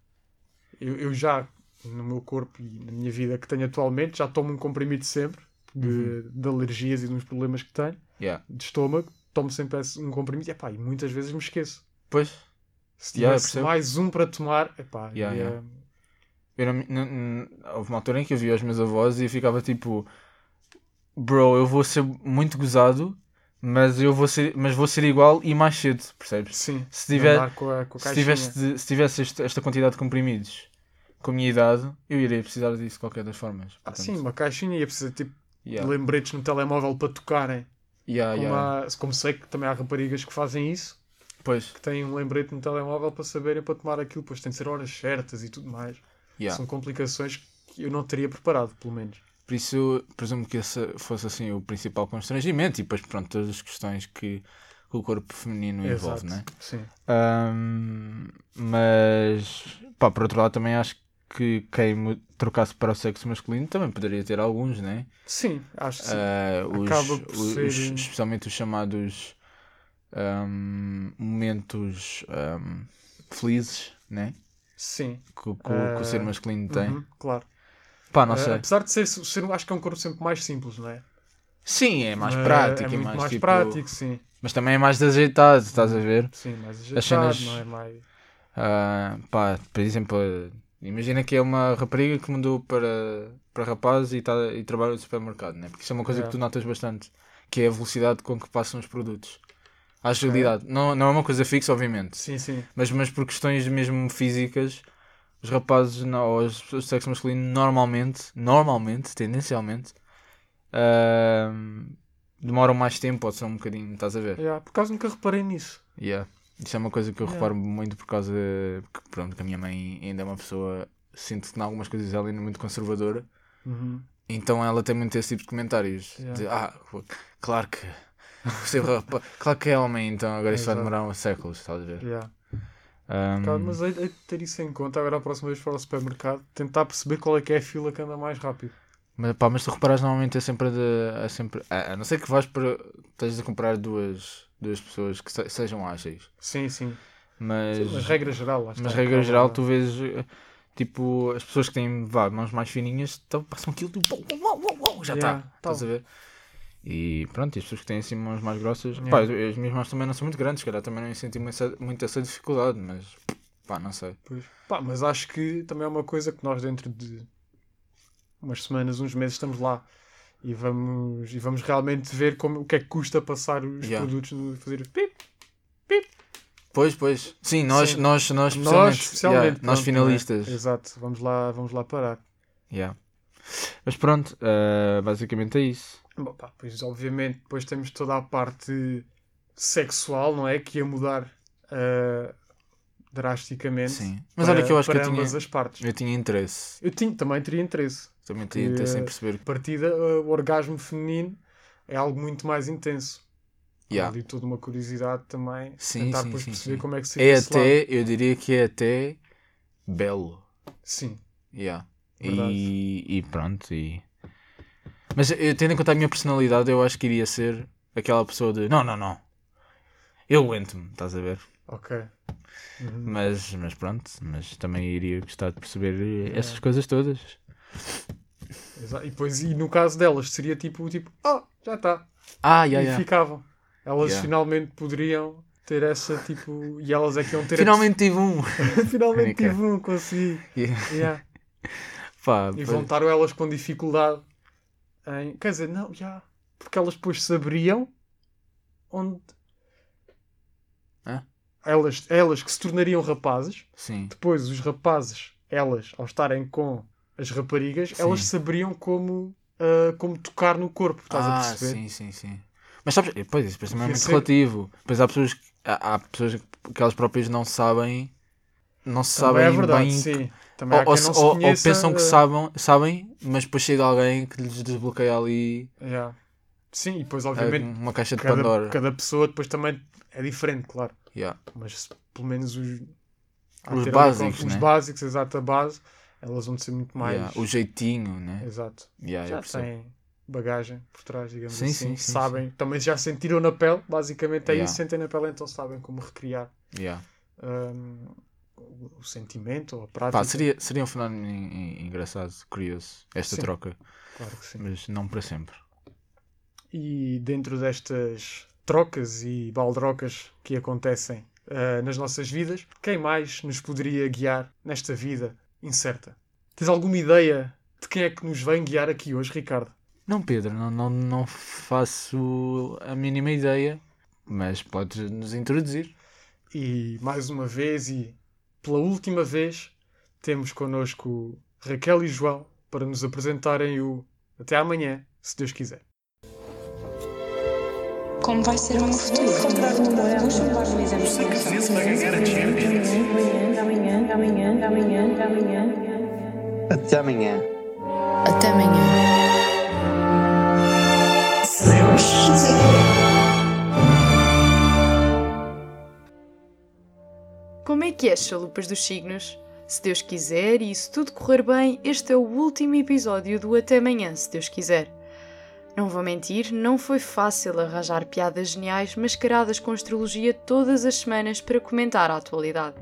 [SPEAKER 2] Eu, eu já, no meu corpo e na minha vida que tenho atualmente, já tomo um comprimido sempre de,
[SPEAKER 3] Uhum.
[SPEAKER 2] de alergias e de uns problemas que tenho,
[SPEAKER 3] Yeah.
[SPEAKER 2] de estômago. Tomo sempre esse- um comprimido epá, e muitas vezes me esqueço.
[SPEAKER 3] Pois,
[SPEAKER 2] Se
[SPEAKER 3] Yeah, eu
[SPEAKER 2] tivesse
[SPEAKER 3] percebo.
[SPEAKER 2] mais um para tomar, epá,
[SPEAKER 3] Yeah,
[SPEAKER 2] ia-
[SPEAKER 3] yeah. eu não, não- não- houve uma altura em que eu via os meus avós e eu ficava tipo: Bro, eu vou ser muito gozado, mas, eu vou, ser, mas vou ser igual e mais cedo, percebes?
[SPEAKER 2] Sim,
[SPEAKER 3] Se tiver-
[SPEAKER 2] andar com a, com a
[SPEAKER 3] Se
[SPEAKER 2] caixinha.
[SPEAKER 3] tivesse, de- se tivesse este- esta quantidade de comprimidos com a minha idade, eu iria precisar disso de qualquer das formas.
[SPEAKER 2] Ah,
[SPEAKER 3] Portanto,
[SPEAKER 2] sim, uma caixinha ia precisar tipo, de
[SPEAKER 3] Yeah. Ah,
[SPEAKER 2] lembretes no telemóvel para tocarem.
[SPEAKER 3] Yeah,
[SPEAKER 2] como,
[SPEAKER 3] yeah.
[SPEAKER 2] há- como sei que também há raparigas que fazem isso,
[SPEAKER 3] Pois,
[SPEAKER 2] que têm um lembrete no telemóvel para saberem para tomar aquilo, pois tem de ser horas certas e tudo mais.
[SPEAKER 3] yeah.
[SPEAKER 2] São complicações que eu não teria preparado, pelo menos.
[SPEAKER 3] Por isso, presumo que esse fosse assim o principal constrangimento e depois, pronto, todas as questões que, que o corpo feminino envolve, né?
[SPEAKER 2] Sim.
[SPEAKER 3] Ahm, mas, pá, por outro lado, também acho que quem mu- trocasse para o sexo masculino também poderia ter alguns, né?
[SPEAKER 2] Sim, acho que sim.
[SPEAKER 3] Ah, os,
[SPEAKER 2] Acaba por
[SPEAKER 3] os-
[SPEAKER 2] ser- um
[SPEAKER 3] os- especialmente os chamados ahm, momentos ahm, felizes, né?
[SPEAKER 2] sim.
[SPEAKER 3] Que, o- que o- que o ser
[SPEAKER 2] Ah,
[SPEAKER 3] masculino tem.
[SPEAKER 2] Uhum, claro.
[SPEAKER 3] Pá, não
[SPEAKER 2] Ah,
[SPEAKER 3] sei.
[SPEAKER 2] apesar de ser, ser, acho que é um corpo sempre mais simples, não é?
[SPEAKER 3] Sim, é mais
[SPEAKER 2] Ah,
[SPEAKER 3] prático.
[SPEAKER 2] É muito mais,
[SPEAKER 3] tipo-
[SPEAKER 2] prático, sim.
[SPEAKER 3] Mas também é mais desajeitado, estás a ver?
[SPEAKER 2] Sim, mais
[SPEAKER 3] As
[SPEAKER 2] ajeitado,
[SPEAKER 3] cenas-
[SPEAKER 2] não é mais...
[SPEAKER 3] Ah, pá, por exemplo, imagina que é uma rapariga que mudou para, para rapaz e, tá, e trabalha no supermercado, né? Porque isso é uma coisa
[SPEAKER 2] É.
[SPEAKER 3] que tu notas bastante, que é a velocidade com que passam os produtos. A agilidade. Não, não é uma coisa fixa, obviamente.
[SPEAKER 2] Sim, sim.
[SPEAKER 3] Mas, mas por questões mesmo físicas, os rapazes não, ou os- o sexo masculino normalmente, normalmente, tendencialmente, ahm, ah, demoram mais tempo ou são um bocadinho, estás a ver?
[SPEAKER 2] Yeah, por acaso nunca reparei nisso.
[SPEAKER 3] Yeah. Isso é uma coisa que eu
[SPEAKER 2] Yeah.
[SPEAKER 3] reparo muito por causa que, pronto, que a minha mãe ainda é uma pessoa, sinto que em algumas coisas ela ainda é muito conservadora,
[SPEAKER 2] Uhum,
[SPEAKER 3] então ela tem muito esse tipo de comentários.
[SPEAKER 2] Yeah.
[SPEAKER 3] De, ah, pô, claro que. você é rapa- claro que é homem, então agora isso vai
[SPEAKER 2] Exato.
[SPEAKER 3] demorar uns séculos, estás a ver? Um,
[SPEAKER 2] Yeah.
[SPEAKER 3] Ahm,
[SPEAKER 2] Cara, mas hei hei de ter isso em conta agora a próxima vez que for ao supermercado, tentar perceber qual é que é a fila que anda mais rápido.
[SPEAKER 3] Mas, pá, mas tu reparas normalmente é sempre a de, é sempre a, a não ser que vais para estejas a comprar duas, duas pessoas que se- sejam ágeis.
[SPEAKER 2] Sim, sim.
[SPEAKER 3] Mas,
[SPEAKER 2] Sim, mas regra geral, lá está.
[SPEAKER 3] É mas regra
[SPEAKER 2] Acaba-
[SPEAKER 3] geral tu vês eh, tipo as pessoas que têm vá, mãos mais fininhas então passam aquilo tipo, uau, uau, uau, uau, já está.
[SPEAKER 2] Yeah, tal.
[SPEAKER 3] estás a ver? E pronto, e as pessoas que têm assim mãos mais grossas,
[SPEAKER 2] Yeah.
[SPEAKER 3] pá, as minhas mãos também não são muito grandes, se calhar também não senti muito essa, muito essa dificuldade, mas pá, não sei.
[SPEAKER 2] Pois. Pá, mas acho que também é uma coisa que nós dentro de umas semanas, uns meses estamos lá e vamos, e vamos realmente ver como, o que é que custa passar os
[SPEAKER 3] Yeah.
[SPEAKER 2] produtos no fazer pip.
[SPEAKER 3] Pois, pois. Sim, nós,
[SPEAKER 2] Sim.
[SPEAKER 3] nós,
[SPEAKER 2] Nós,
[SPEAKER 3] nós, especialmente,
[SPEAKER 2] especialmente,
[SPEAKER 3] yeah, nós
[SPEAKER 2] pronto,
[SPEAKER 3] finalistas.
[SPEAKER 2] não é? Exato, vamos lá, vamos lá parar.
[SPEAKER 3] Yeah. Mas pronto, eh, basicamente é isso.
[SPEAKER 2] Bom, pá, pois obviamente depois temos toda a parte sexual, não é? Que ia mudar ah, drasticamente.
[SPEAKER 3] Sim. Mas
[SPEAKER 2] para-
[SPEAKER 3] olha que eu acho que
[SPEAKER 2] para
[SPEAKER 3] eu tinha,
[SPEAKER 2] ambas as partes.
[SPEAKER 3] eu tinha interesse.
[SPEAKER 2] Eu tinha, também teria interesse.
[SPEAKER 3] Também tinha interesse em
[SPEAKER 2] eh,
[SPEAKER 3] perceber.
[SPEAKER 2] partida, eh, o orgasmo feminino é algo muito mais intenso. Há
[SPEAKER 3] Yeah.
[SPEAKER 2] Ali toda uma curiosidade também.
[SPEAKER 3] Sim,
[SPEAKER 2] tentar
[SPEAKER 3] sim,
[SPEAKER 2] depois
[SPEAKER 3] sim,
[SPEAKER 2] perceber
[SPEAKER 3] sim.
[SPEAKER 2] como é que seria
[SPEAKER 3] É
[SPEAKER 2] esse lado.
[SPEAKER 3] até, eu diria que é até belo.
[SPEAKER 2] Sim,
[SPEAKER 3] Yeah.
[SPEAKER 2] Verdade.
[SPEAKER 3] E, e pronto. E... Mas eu, tendo em conta a minha personalidade, eu acho que iria ser aquela pessoa de não, não, não. Eu aguento-me, estás a ver?
[SPEAKER 2] ok.
[SPEAKER 3] Mas, mas pronto, mas também iria gostar de perceber eh, essas coisas todas.
[SPEAKER 2] Exa- E depois, e no caso delas, seria tipo, tipo ah, já está.
[SPEAKER 3] Ah,
[SPEAKER 2] E
[SPEAKER 3] yeah, yeah.
[SPEAKER 2] ficavam. Elas
[SPEAKER 3] Yeah.
[SPEAKER 2] finalmente poderiam ter essa tipo. E elas é que iam ter.
[SPEAKER 3] finalmente tive um.
[SPEAKER 2] A... finalmente
[SPEAKER 3] Única.
[SPEAKER 2] tive um, consegui.
[SPEAKER 3] Yeah.
[SPEAKER 2] Yeah.
[SPEAKER 3] Pá,
[SPEAKER 2] E
[SPEAKER 3] pois-
[SPEAKER 2] vão estar elas com dificuldade em. Quer dizer, não, já. Porque elas depois saberiam onde.
[SPEAKER 3] Hã?
[SPEAKER 2] Elas, elas que se tornariam rapazes,
[SPEAKER 3] Sim.
[SPEAKER 2] depois os rapazes, elas, ao estarem com as raparigas,
[SPEAKER 3] Sim.
[SPEAKER 2] elas saberiam como, ah, como tocar no corpo, estás a perceber?
[SPEAKER 3] Ah, Sim, sim, sim. Mas sabes, eh, pois, isso depois também é
[SPEAKER 2] Devia
[SPEAKER 3] muito
[SPEAKER 2] ser-
[SPEAKER 3] relativo. Pois há pessoas, que- há, há pessoas que elas próprias não sabem, não
[SPEAKER 2] Também
[SPEAKER 3] sabem
[SPEAKER 2] é verdade,
[SPEAKER 3] bem.
[SPEAKER 2] sim. Também há
[SPEAKER 3] Ou, ou
[SPEAKER 2] quem
[SPEAKER 3] se-
[SPEAKER 2] não se
[SPEAKER 3] ou- ou
[SPEAKER 2] conheça,
[SPEAKER 3] pensam que
[SPEAKER 2] ah,
[SPEAKER 3] sabem, sabem, mas depois chega alguém que lhes desbloqueia ali
[SPEAKER 2] yeah. Sim, e depois,
[SPEAKER 3] eh,
[SPEAKER 2] obviamente,
[SPEAKER 3] uma caixa de
[SPEAKER 2] cada,
[SPEAKER 3] Pandora.
[SPEAKER 2] cada pessoa depois também é diferente, claro.
[SPEAKER 3] Yeah.
[SPEAKER 2] mas se- pelo menos os, há
[SPEAKER 3] Os
[SPEAKER 2] ter ali
[SPEAKER 3] básicos,
[SPEAKER 2] com- os
[SPEAKER 3] né?
[SPEAKER 2] básicos, exato, a base, elas vão ser muito mais.
[SPEAKER 3] Yeah. O jeitinho, né?
[SPEAKER 2] Exato.
[SPEAKER 3] Yeah, eu
[SPEAKER 2] já
[SPEAKER 3] percebo.
[SPEAKER 2] têm bagagem por trás, digamos
[SPEAKER 3] Sim,
[SPEAKER 2] assim.
[SPEAKER 3] sim, sim,
[SPEAKER 2] sabem, também já sentiram na pele, basicamente é
[SPEAKER 3] Yeah.
[SPEAKER 2] isso, sentem na pele, então sabem como recriar
[SPEAKER 3] Yeah.
[SPEAKER 2] hum, o, o sentimento ou a prática.
[SPEAKER 3] Pá, seria, seria um fenómeno en- en- engraçado, curioso, esta
[SPEAKER 2] Sim.
[SPEAKER 3] troca,
[SPEAKER 2] Claro que sim.
[SPEAKER 3] mas não para sempre.
[SPEAKER 2] E dentro destas trocas e baldrocas que acontecem ah, nas nossas vidas, quem mais nos poderia guiar nesta vida incerta? Tens alguma ideia de quem é que nos vem guiar aqui hoje, Ricardo?
[SPEAKER 3] Não, Pedro, não, não, não faço a mínima ideia, mas podes nos introduzir.
[SPEAKER 2] E mais uma vez e pela última vez, temos connosco Raquel e João para nos apresentarem o Até amanhã, se Deus quiser.
[SPEAKER 5] Como vai ser o meu futuro?
[SPEAKER 6] Até amanhã.
[SPEAKER 5] Até amanhã.
[SPEAKER 7] Como é que é, chalupas dos signos? Se Deus quiser e se tudo correr bem, este é o último episódio do Até Amanhã, se Deus quiser. Não vou mentir, não foi fácil arranjar piadas geniais mascaradas com astrologia todas as semanas para comentar a atualidade.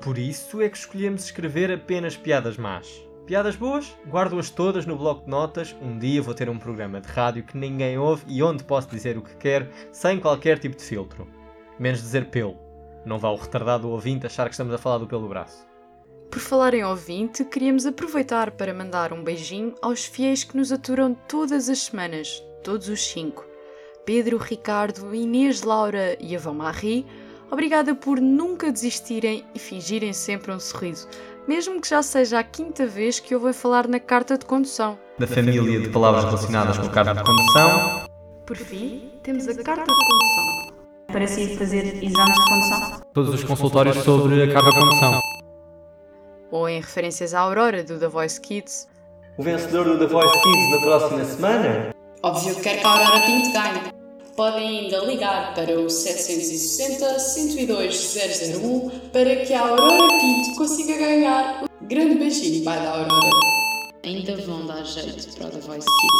[SPEAKER 8] Por isso é que escolhemos escrever apenas piadas más. Piadas boas? Guardo-as todas no bloco de notas. Um dia vou ter um programa de rádio que ninguém ouve e onde posso dizer o que quero sem qualquer tipo de filtro. Menos dizer pelo. Não vá o retardado ouvinte achar que estamos a falar do pelo braço.
[SPEAKER 7] Por falar em ouvinte, queríamos aproveitar para mandar um beijinho aos fiéis que nos aturam todas as semanas, todos os cinco. Pedro, Ricardo, Inês, Laura e Avão Marie, obrigada por nunca desistirem e fingirem sempre um sorriso, mesmo que já seja a quinta vez que ouvem falar na carta de condução.
[SPEAKER 8] Da família de palavras relacionadas com o cargo de condução.
[SPEAKER 7] Por fim, temos a carta de condução.
[SPEAKER 9] Para si fazer exames de condução.
[SPEAKER 10] Todos
[SPEAKER 2] um
[SPEAKER 10] os consultórios sobre a carga condução.
[SPEAKER 7] Ou em referências à Aurora do The Voice Kids,
[SPEAKER 8] O vencedor do The Voice Kids na próxima semana?
[SPEAKER 11] Óbvio que quer que a Aurora Pinto ganhe. Podem ainda ligar para o 760-102-001 para que a Aurora Pinto consiga ganhar. o Grande beijinho, pai da Aurora. Ainda vão dar jeito para o The Voice Kids.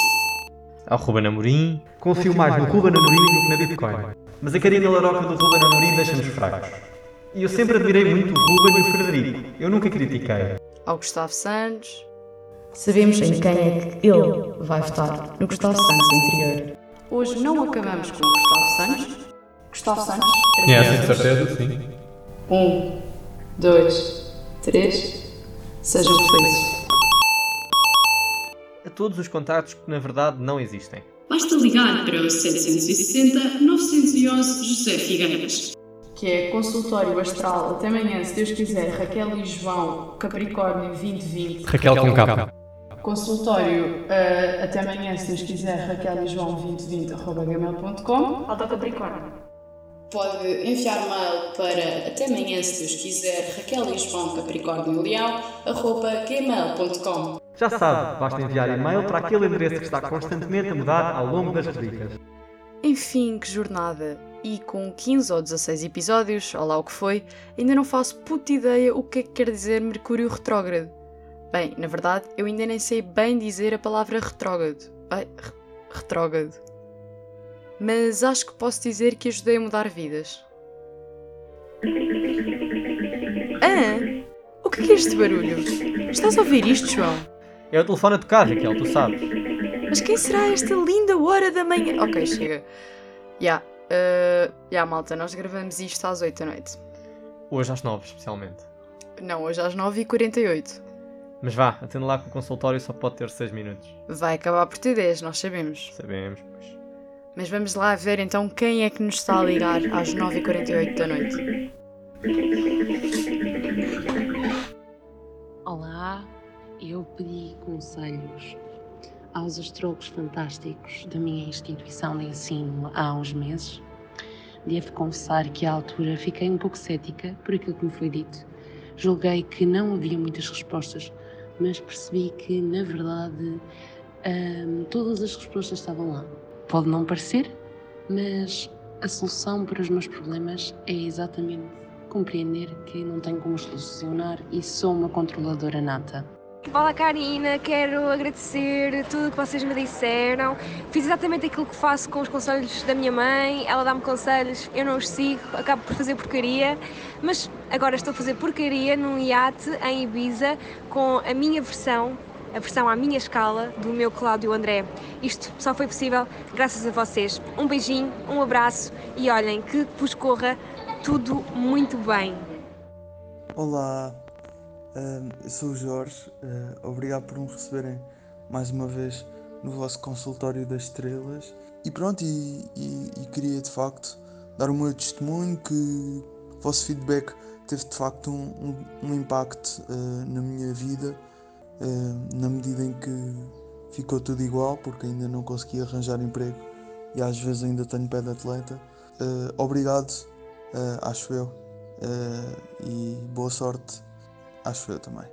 [SPEAKER 8] Ao Ruben Amorim. Confio mais no Ruben Amorim do que na Bitcoin. Mas a carina laroca do Ruben Amorim deixa-nos fracos. E eu sempre admirei muito o Ruben e o Frederico. Eu nunca critiquei.
[SPEAKER 7] ao Gustavo Santos,
[SPEAKER 5] Sabemos em quem é que ele vai votar. No Gustavo Santos interior.
[SPEAKER 7] Hoje não acabamos com o Gustavo Santos.
[SPEAKER 9] Gustavo Santos.
[SPEAKER 10] Conhecem de certeza, sim.
[SPEAKER 11] Um, dois, três. Sejam felizes.
[SPEAKER 8] A todos os contactos que na verdade não existem.
[SPEAKER 11] Basta ligar para o 760-911 José Figueiras.
[SPEAKER 9] Que é consultório astral. Até amanhã, se Deus quiser. Raquel e João, Capricórnio 2020.
[SPEAKER 10] Raquel um com K.
[SPEAKER 9] Consultório. eh, até amanhã, se Deus quiser. Raquel e João 2020. arroba gmail.com. Alta Capricórnio.
[SPEAKER 11] Pode enviar mail para até amanhã, se Deus quiser, Raquel e João Capricórnio Leão, arroba gmail.com.
[SPEAKER 8] Já sabe, basta enviar e-mail para aquele endereço que está constantemente a mudar ao longo das rubricas.
[SPEAKER 7] Enfim, que jornada! E com 15 ou 16 episódios, ou lá o que foi, ainda não faço puta ideia o que é que quer dizer Mercúrio retrógrado. Bem, na verdade, eu ainda nem sei bem dizer a palavra retrógrado. Ai, re- retrógrado. Mas acho que posso dizer que ajudei a mudar vidas. Ah, o que é que é este barulho? Estás a ouvir isto, João?
[SPEAKER 8] É o telefone a tocar, Raquel, tu sabes.
[SPEAKER 7] Mas quem será esta linda hora da manhã? Ok, chega. Já, eh, já, malta, nós gravamos isto às 8 da noite.
[SPEAKER 8] Hoje às nove, especialmente.
[SPEAKER 7] Não, hoje às 9h48.
[SPEAKER 8] Mas vá, atendo lá que o consultório só pode ter seis minutos.
[SPEAKER 7] Vai acabar por ter 10, nós sabemos.
[SPEAKER 8] Sabemos, pois.
[SPEAKER 7] Mas vamos lá ver então quem é que nos está a ligar às 9h48 da noite.
[SPEAKER 12] Olá, eu pedi conselhos aos astrólogos fantásticos da minha instituição de ensino há uns meses. Devo confessar que à altura fiquei um pouco cética por aquilo que me foi dito. Julguei que não havia muitas respostas, mas percebi que, na verdade, hum, todas as respostas estavam lá. Pode não parecer, mas a solução para os meus problemas é exatamente compreender que não tenho como solucionar e sou uma controladora nata.
[SPEAKER 13] Olá Karina, quero agradecer tudo o que vocês me disseram. Fiz exatamente aquilo que faço com os conselhos da minha mãe. Ela dá-me conselhos, eu não os sigo, acabo por fazer porcaria. Mas agora estou a fazer porcaria num iate em Ibiza com a minha versão, a versão à minha escala do meu Cláudio André. Isto só foi possível graças a vocês. Um beijinho, um abraço e olhem que vos corra tudo muito bem.
[SPEAKER 14] Olá, ahm, eu sou o Jorge. ah, Obrigado por me receberem mais uma vez no vosso consultório das estrelas. E pronto, e, e- e queria de facto dar o meu testemunho que o vosso feedback teve de facto um, um- um impacto ah, na minha vida, ah, na medida em que ficou tudo igual, porque ainda não consegui arranjar emprego e às vezes ainda tenho pé de atleta. Ah, Obrigado, ah, acho eu. Eh, e boa sorte, acho eu também.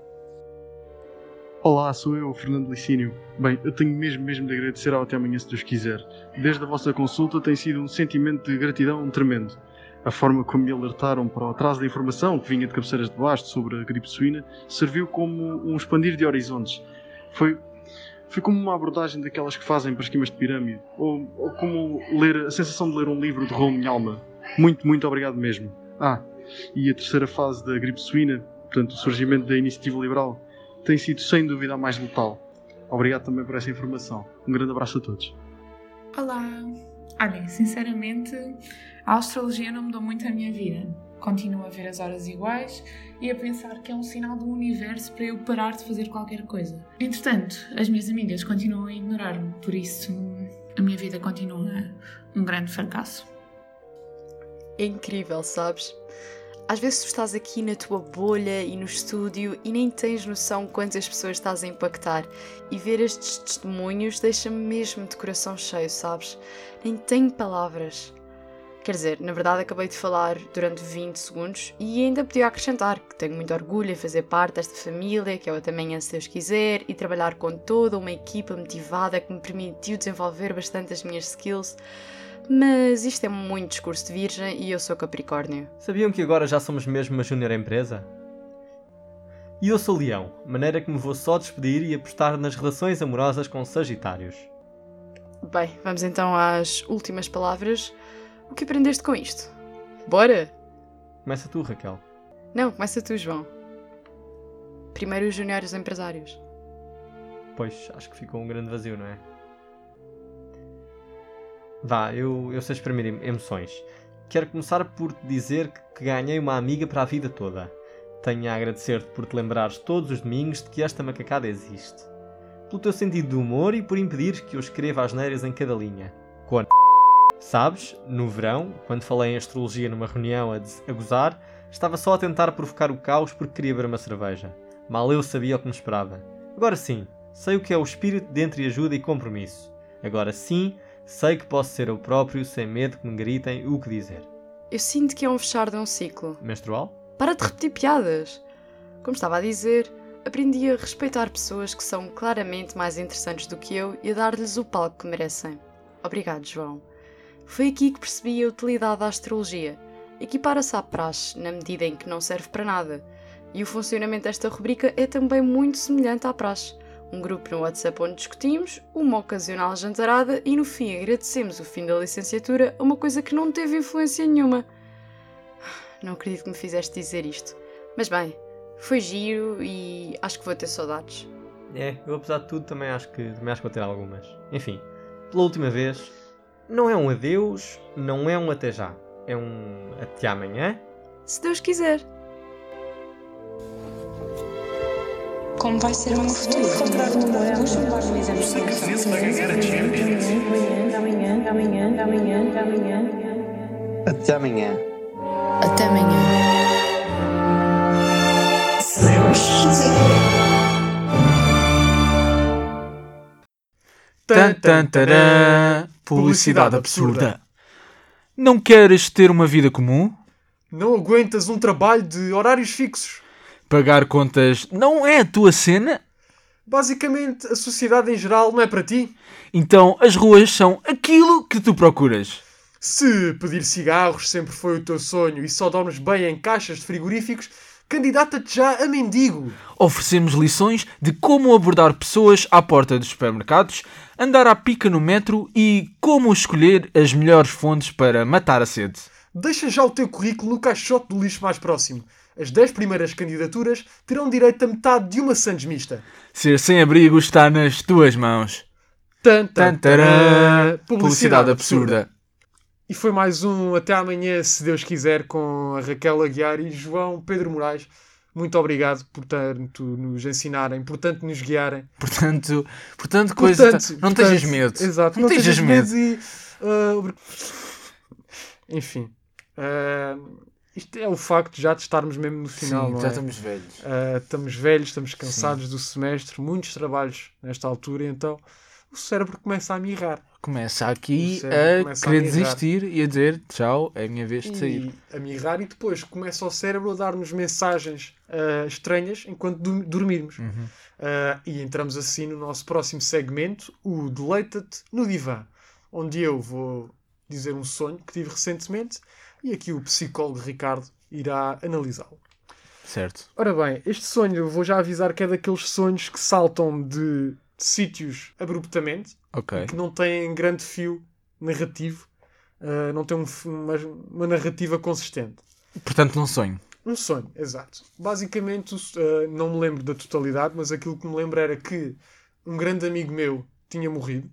[SPEAKER 15] Olá, sou eu, Fernando Licínio. Bem, eu tenho mesmo mesmo de agradecer ao Até Amanhã, se Deus quiser. Desde a vossa consulta tem sido um sentimento de gratidão tremendo. A forma como me alertaram para o atraso da informação que vinha de cabeceiras de basto sobre a gripe suína serviu como um expandir de horizontes. Foi, foi como uma abordagem daquelas que fazem para esquemas de pirâmide, ou, ou como ler a sensação de ler um livro de minha alma. Muito, muito obrigado mesmo. Ah, e a terceira fase da gripe suína, portanto, o surgimento da iniciativa liberal, tem sido sem dúvida a mais letal. Obrigado também por essa informação. Um grande abraço a todos.
[SPEAKER 16] Olá! Olhem, sinceramente, a astrologia não mudou muito a minha vida. Continuo a ver as horas iguais e a pensar que é um sinal do universo para eu parar de fazer qualquer coisa. Entretanto, as minhas amigas continuam a ignorar-me, por isso a minha vida continua um grande fracasso.
[SPEAKER 7] É incrível, sabes? Às vezes tu estás aqui na tua bolha e no estúdio e nem tens noção quantas pessoas estás a impactar. E ver estes testemunhos deixa-me mesmo de coração cheio, sabes? Nem tenho palavras. Quer dizer, na verdade acabei de falar durante 20 segundos e ainda podia acrescentar que tenho muito orgulho em fazer parte desta família, que é o também se Deus quiser, e trabalhar com toda uma equipa motivada que me permitiu desenvolver bastante as minhas skills. Mas isto é muito discurso de virgem e eu sou Capricórnio.
[SPEAKER 8] Sabiam que agora já somos mesmo uma júnior empresa? E eu sou Leão, maneira que me vou só despedir e apostar nas relações amorosas com Sagitários.
[SPEAKER 7] Bem, vamos então às últimas palavras. O que aprendeste com isto? Bora!
[SPEAKER 8] Começa tu, Raquel.
[SPEAKER 7] Não, começa tu, João. Primeiro os juniores empresários.
[SPEAKER 8] Pois, acho que ficou um grande vazio, não é? Vá, eu, eu sei exprimir em- emoções. Quero começar por te dizer que, que ganhei uma amiga para a vida toda. Tenho a agradecer-te por te lembrares todos os domingos de que esta macacada existe. Pelo teu sentido de humor e por impedir que eu escreva as neiras em cada linha. Com a... Sabes, no verão, quando falei em astrologia numa reunião a, des- a gozar, estava só a tentar provocar o caos porque queria beber uma cerveja. Mal eu sabia o que me esperava. Agora sim, sei o que é o espírito de entreajuda e compromisso. Agora sim, sei que posso ser eu próprio sem medo que me gritem o que dizer.
[SPEAKER 7] Eu sinto que é um fechar de um ciclo.
[SPEAKER 8] Menstrual?
[SPEAKER 7] Para de repetir piadas! Como estava a dizer, aprendi a respeitar pessoas que são claramente mais interessantes do que eu e a dar-lhes o palco que merecem. Obrigado, João. Foi aqui que percebi a utilidade da astrologia. Equipara-se à praxe, na medida em que não serve para nada. E o funcionamento desta rubrica é também muito semelhante à praxe. Um grupo no WhatsApp onde discutimos, uma ocasional jantarada e no fim agradecemos o fim da licenciatura a uma coisa que não teve influência nenhuma. Não acredito que me fizeste dizer isto. Mas bem, foi giro e acho que vou ter saudades.
[SPEAKER 8] É, eu apesar de tudo também acho que, também acho que vou ter algumas. Enfim, pela última vez, não é um adeus, não é um até já. É um até amanhã.
[SPEAKER 7] Se Deus quiser.
[SPEAKER 11] Como vai ser o meu futuro? Eu sei que Zeus vai ganhar a Champions. Amanhã, amanhã, amanhã, amanhã, amanhã.
[SPEAKER 6] Até amanhã.
[SPEAKER 11] Até amanhã. Se Deus quiser.
[SPEAKER 3] Tan, tan, taran. Publicidade absurda. Não queres ter uma vida comum?
[SPEAKER 2] Não aguentas um trabalho de horários fixos.
[SPEAKER 3] Pagar contas não é a tua cena?
[SPEAKER 2] Basicamente, a sociedade em geral não é para ti.
[SPEAKER 3] Então as ruas são aquilo que tu procuras.
[SPEAKER 2] Se pedir cigarros sempre foi o teu sonho e só dormes bem em caixas de frigoríficos, candidata-te já a mendigo.
[SPEAKER 3] Oferecemos lições de como abordar pessoas à porta dos supermercados, andar à pica no metro e como escolher as melhores fontes para matar a sede.
[SPEAKER 2] Deixa já o teu currículo no caixote do lixo mais próximo. As 10 primeiras candidaturas terão direito a metade de uma sandes mista.
[SPEAKER 3] Ser sem abrigo está nas tuas mãos.
[SPEAKER 2] Tan,
[SPEAKER 3] tan, taran. Publicidade absurda.
[SPEAKER 2] E foi mais um Até Amanhã, se Deus quiser, com a Raquel Aguiar e João Pedro Moraes. Muito obrigado por tanto nos ensinarem, por tanto nos guiarem.
[SPEAKER 3] Portanto, portanto coisa. tá.
[SPEAKER 2] Portanto,
[SPEAKER 3] não
[SPEAKER 2] portanto,
[SPEAKER 3] tenhas medo.
[SPEAKER 2] Exato,
[SPEAKER 3] Não, tenhas medo.
[SPEAKER 2] e, ah, obri- enfim, ah, isto é o facto já de estarmos mesmo no final.
[SPEAKER 3] Sim,
[SPEAKER 2] não
[SPEAKER 3] já
[SPEAKER 2] é?
[SPEAKER 3] estamos velhos.
[SPEAKER 2] Ah, estamos velhos, estamos cansados do semestre, muitos trabalhos nesta altura, então o cérebro começa a mirrar.
[SPEAKER 3] Começa
[SPEAKER 2] O
[SPEAKER 3] aqui
[SPEAKER 2] cérebro
[SPEAKER 3] a
[SPEAKER 2] começa a
[SPEAKER 3] querer
[SPEAKER 2] mirar.
[SPEAKER 3] desistir e a dizer tchau, é a minha vez de sair.
[SPEAKER 2] E a mirrar e depois começa o cérebro a dar-nos mensagens ah, estranhas enquanto du- dormirmos.
[SPEAKER 3] Uhum.
[SPEAKER 2] Ah, e entramos assim no nosso próximo segmento, o Deleita-te no Divã, onde eu vou dizer um sonho que tive recentemente e aqui o psicólogo Ricardo irá analisá-lo.
[SPEAKER 3] Certo.
[SPEAKER 2] Ora bem, este sonho, vou já avisar que é daqueles sonhos que saltam de, de sítios abruptamente
[SPEAKER 3] Ok.
[SPEAKER 2] e que não têm grande fio narrativo, ah, não tem um f- uma- uma narrativa consistente.
[SPEAKER 3] Portanto, não sonho.
[SPEAKER 2] Um sonho, exato. Basicamente, o s- eh, não me lembro da totalidade, mas aquilo que me lembro era que um grande amigo meu tinha morrido.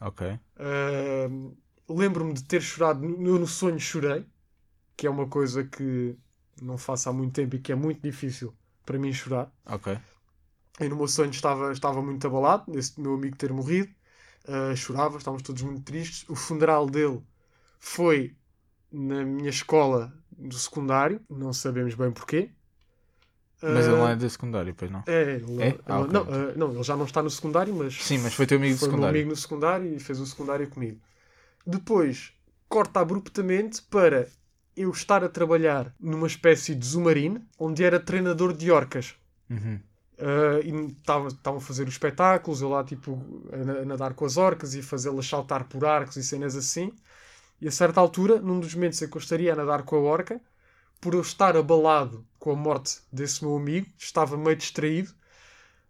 [SPEAKER 3] Ok.
[SPEAKER 2] Eh, Lembro-me de ter chorado, no- eu no sonho chorei, que é uma coisa que não faço há muito tempo e que é muito difícil para mim chorar.
[SPEAKER 3] Ok.
[SPEAKER 2] Eu no meu sonho estava, estava muito abalado, desse meu amigo ter morrido. Ah, chorava, estávamos todos muito tristes. O funeral dele foi na minha escola do secundário, não sabemos bem porquê.
[SPEAKER 3] Mas
[SPEAKER 2] Ah,
[SPEAKER 3] ele não é do secundário, pois não?
[SPEAKER 2] É, ele, ele-
[SPEAKER 3] Ah, ok.
[SPEAKER 2] não, ah, não, ele já não está no secundário, mas.
[SPEAKER 3] Sim, mas foi teu amigo do
[SPEAKER 2] foi meu
[SPEAKER 3] secundário.
[SPEAKER 2] amigo no secundário e fez o secundário comigo. Depois, corta abruptamente para eu estar a trabalhar numa espécie de zumarine, onde era treinador de orcas.
[SPEAKER 3] Uhum.
[SPEAKER 2] Ah, e estavam estavam a fazer os espetáculos, eu lá tipo a, na- a nadar com as orcas e a fazê-las saltar por arcos e cenas assim. E a certa altura, num dos momentos em que eu estaria a nadar com a orca, por eu estar abalado com a morte desse meu amigo, estava meio distraído,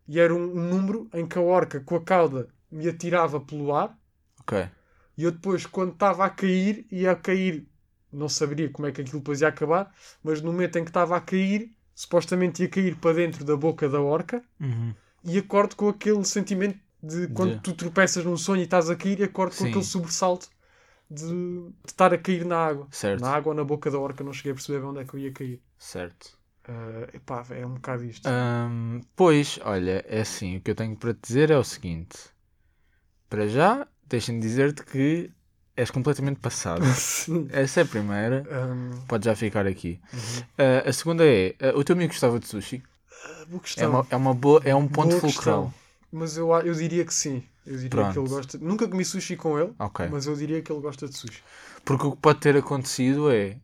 [SPEAKER 2] e era um, um número em que a orca com a cauda me atirava pelo ar,
[SPEAKER 3] Ok.
[SPEAKER 2] e eu depois, quando estava a cair, ia a cair, não saberia como é que aquilo depois ia acabar, mas no momento em que estava a cair, supostamente ia cair para dentro da boca da orca,
[SPEAKER 3] Uhum.
[SPEAKER 2] e acordo com aquele sentimento de quando
[SPEAKER 3] De-
[SPEAKER 2] tu tropeças num sonho e estás a cair, e acordo com
[SPEAKER 3] Sim.
[SPEAKER 2] aquele sobressalto de, de estar a cair na água.
[SPEAKER 3] Certo.
[SPEAKER 2] Na água ou na boca da orca, não cheguei a perceber bem onde é que eu ia cair.
[SPEAKER 3] Certo.
[SPEAKER 2] Ah, epá, é um bocado isto.
[SPEAKER 3] Ah. Ahm, pois, olha, é assim, o que eu tenho para te dizer é o seguinte. Para já, deixem-me dizer-te que és completamente passado. Essa é a primeira.
[SPEAKER 2] Ahm.
[SPEAKER 3] Pode já ficar aqui.
[SPEAKER 2] Uhum.
[SPEAKER 3] Ah, a segunda é, ah, o teu amigo gostava de sushi?
[SPEAKER 2] boa
[SPEAKER 3] é,
[SPEAKER 2] questão.
[SPEAKER 3] uma, é, uma boa, é um ponto
[SPEAKER 2] Boa
[SPEAKER 3] fulcral.
[SPEAKER 2] questão. Mas eu, a- eu diria que sim. Eu diria que
[SPEAKER 3] Pronto. Ah,
[SPEAKER 2] ele gosta. Nunca comi sushi com ele,
[SPEAKER 3] Ok.
[SPEAKER 2] mas eu diria que ele gosta de sushi.
[SPEAKER 3] Porque o que pode ter acontecido é...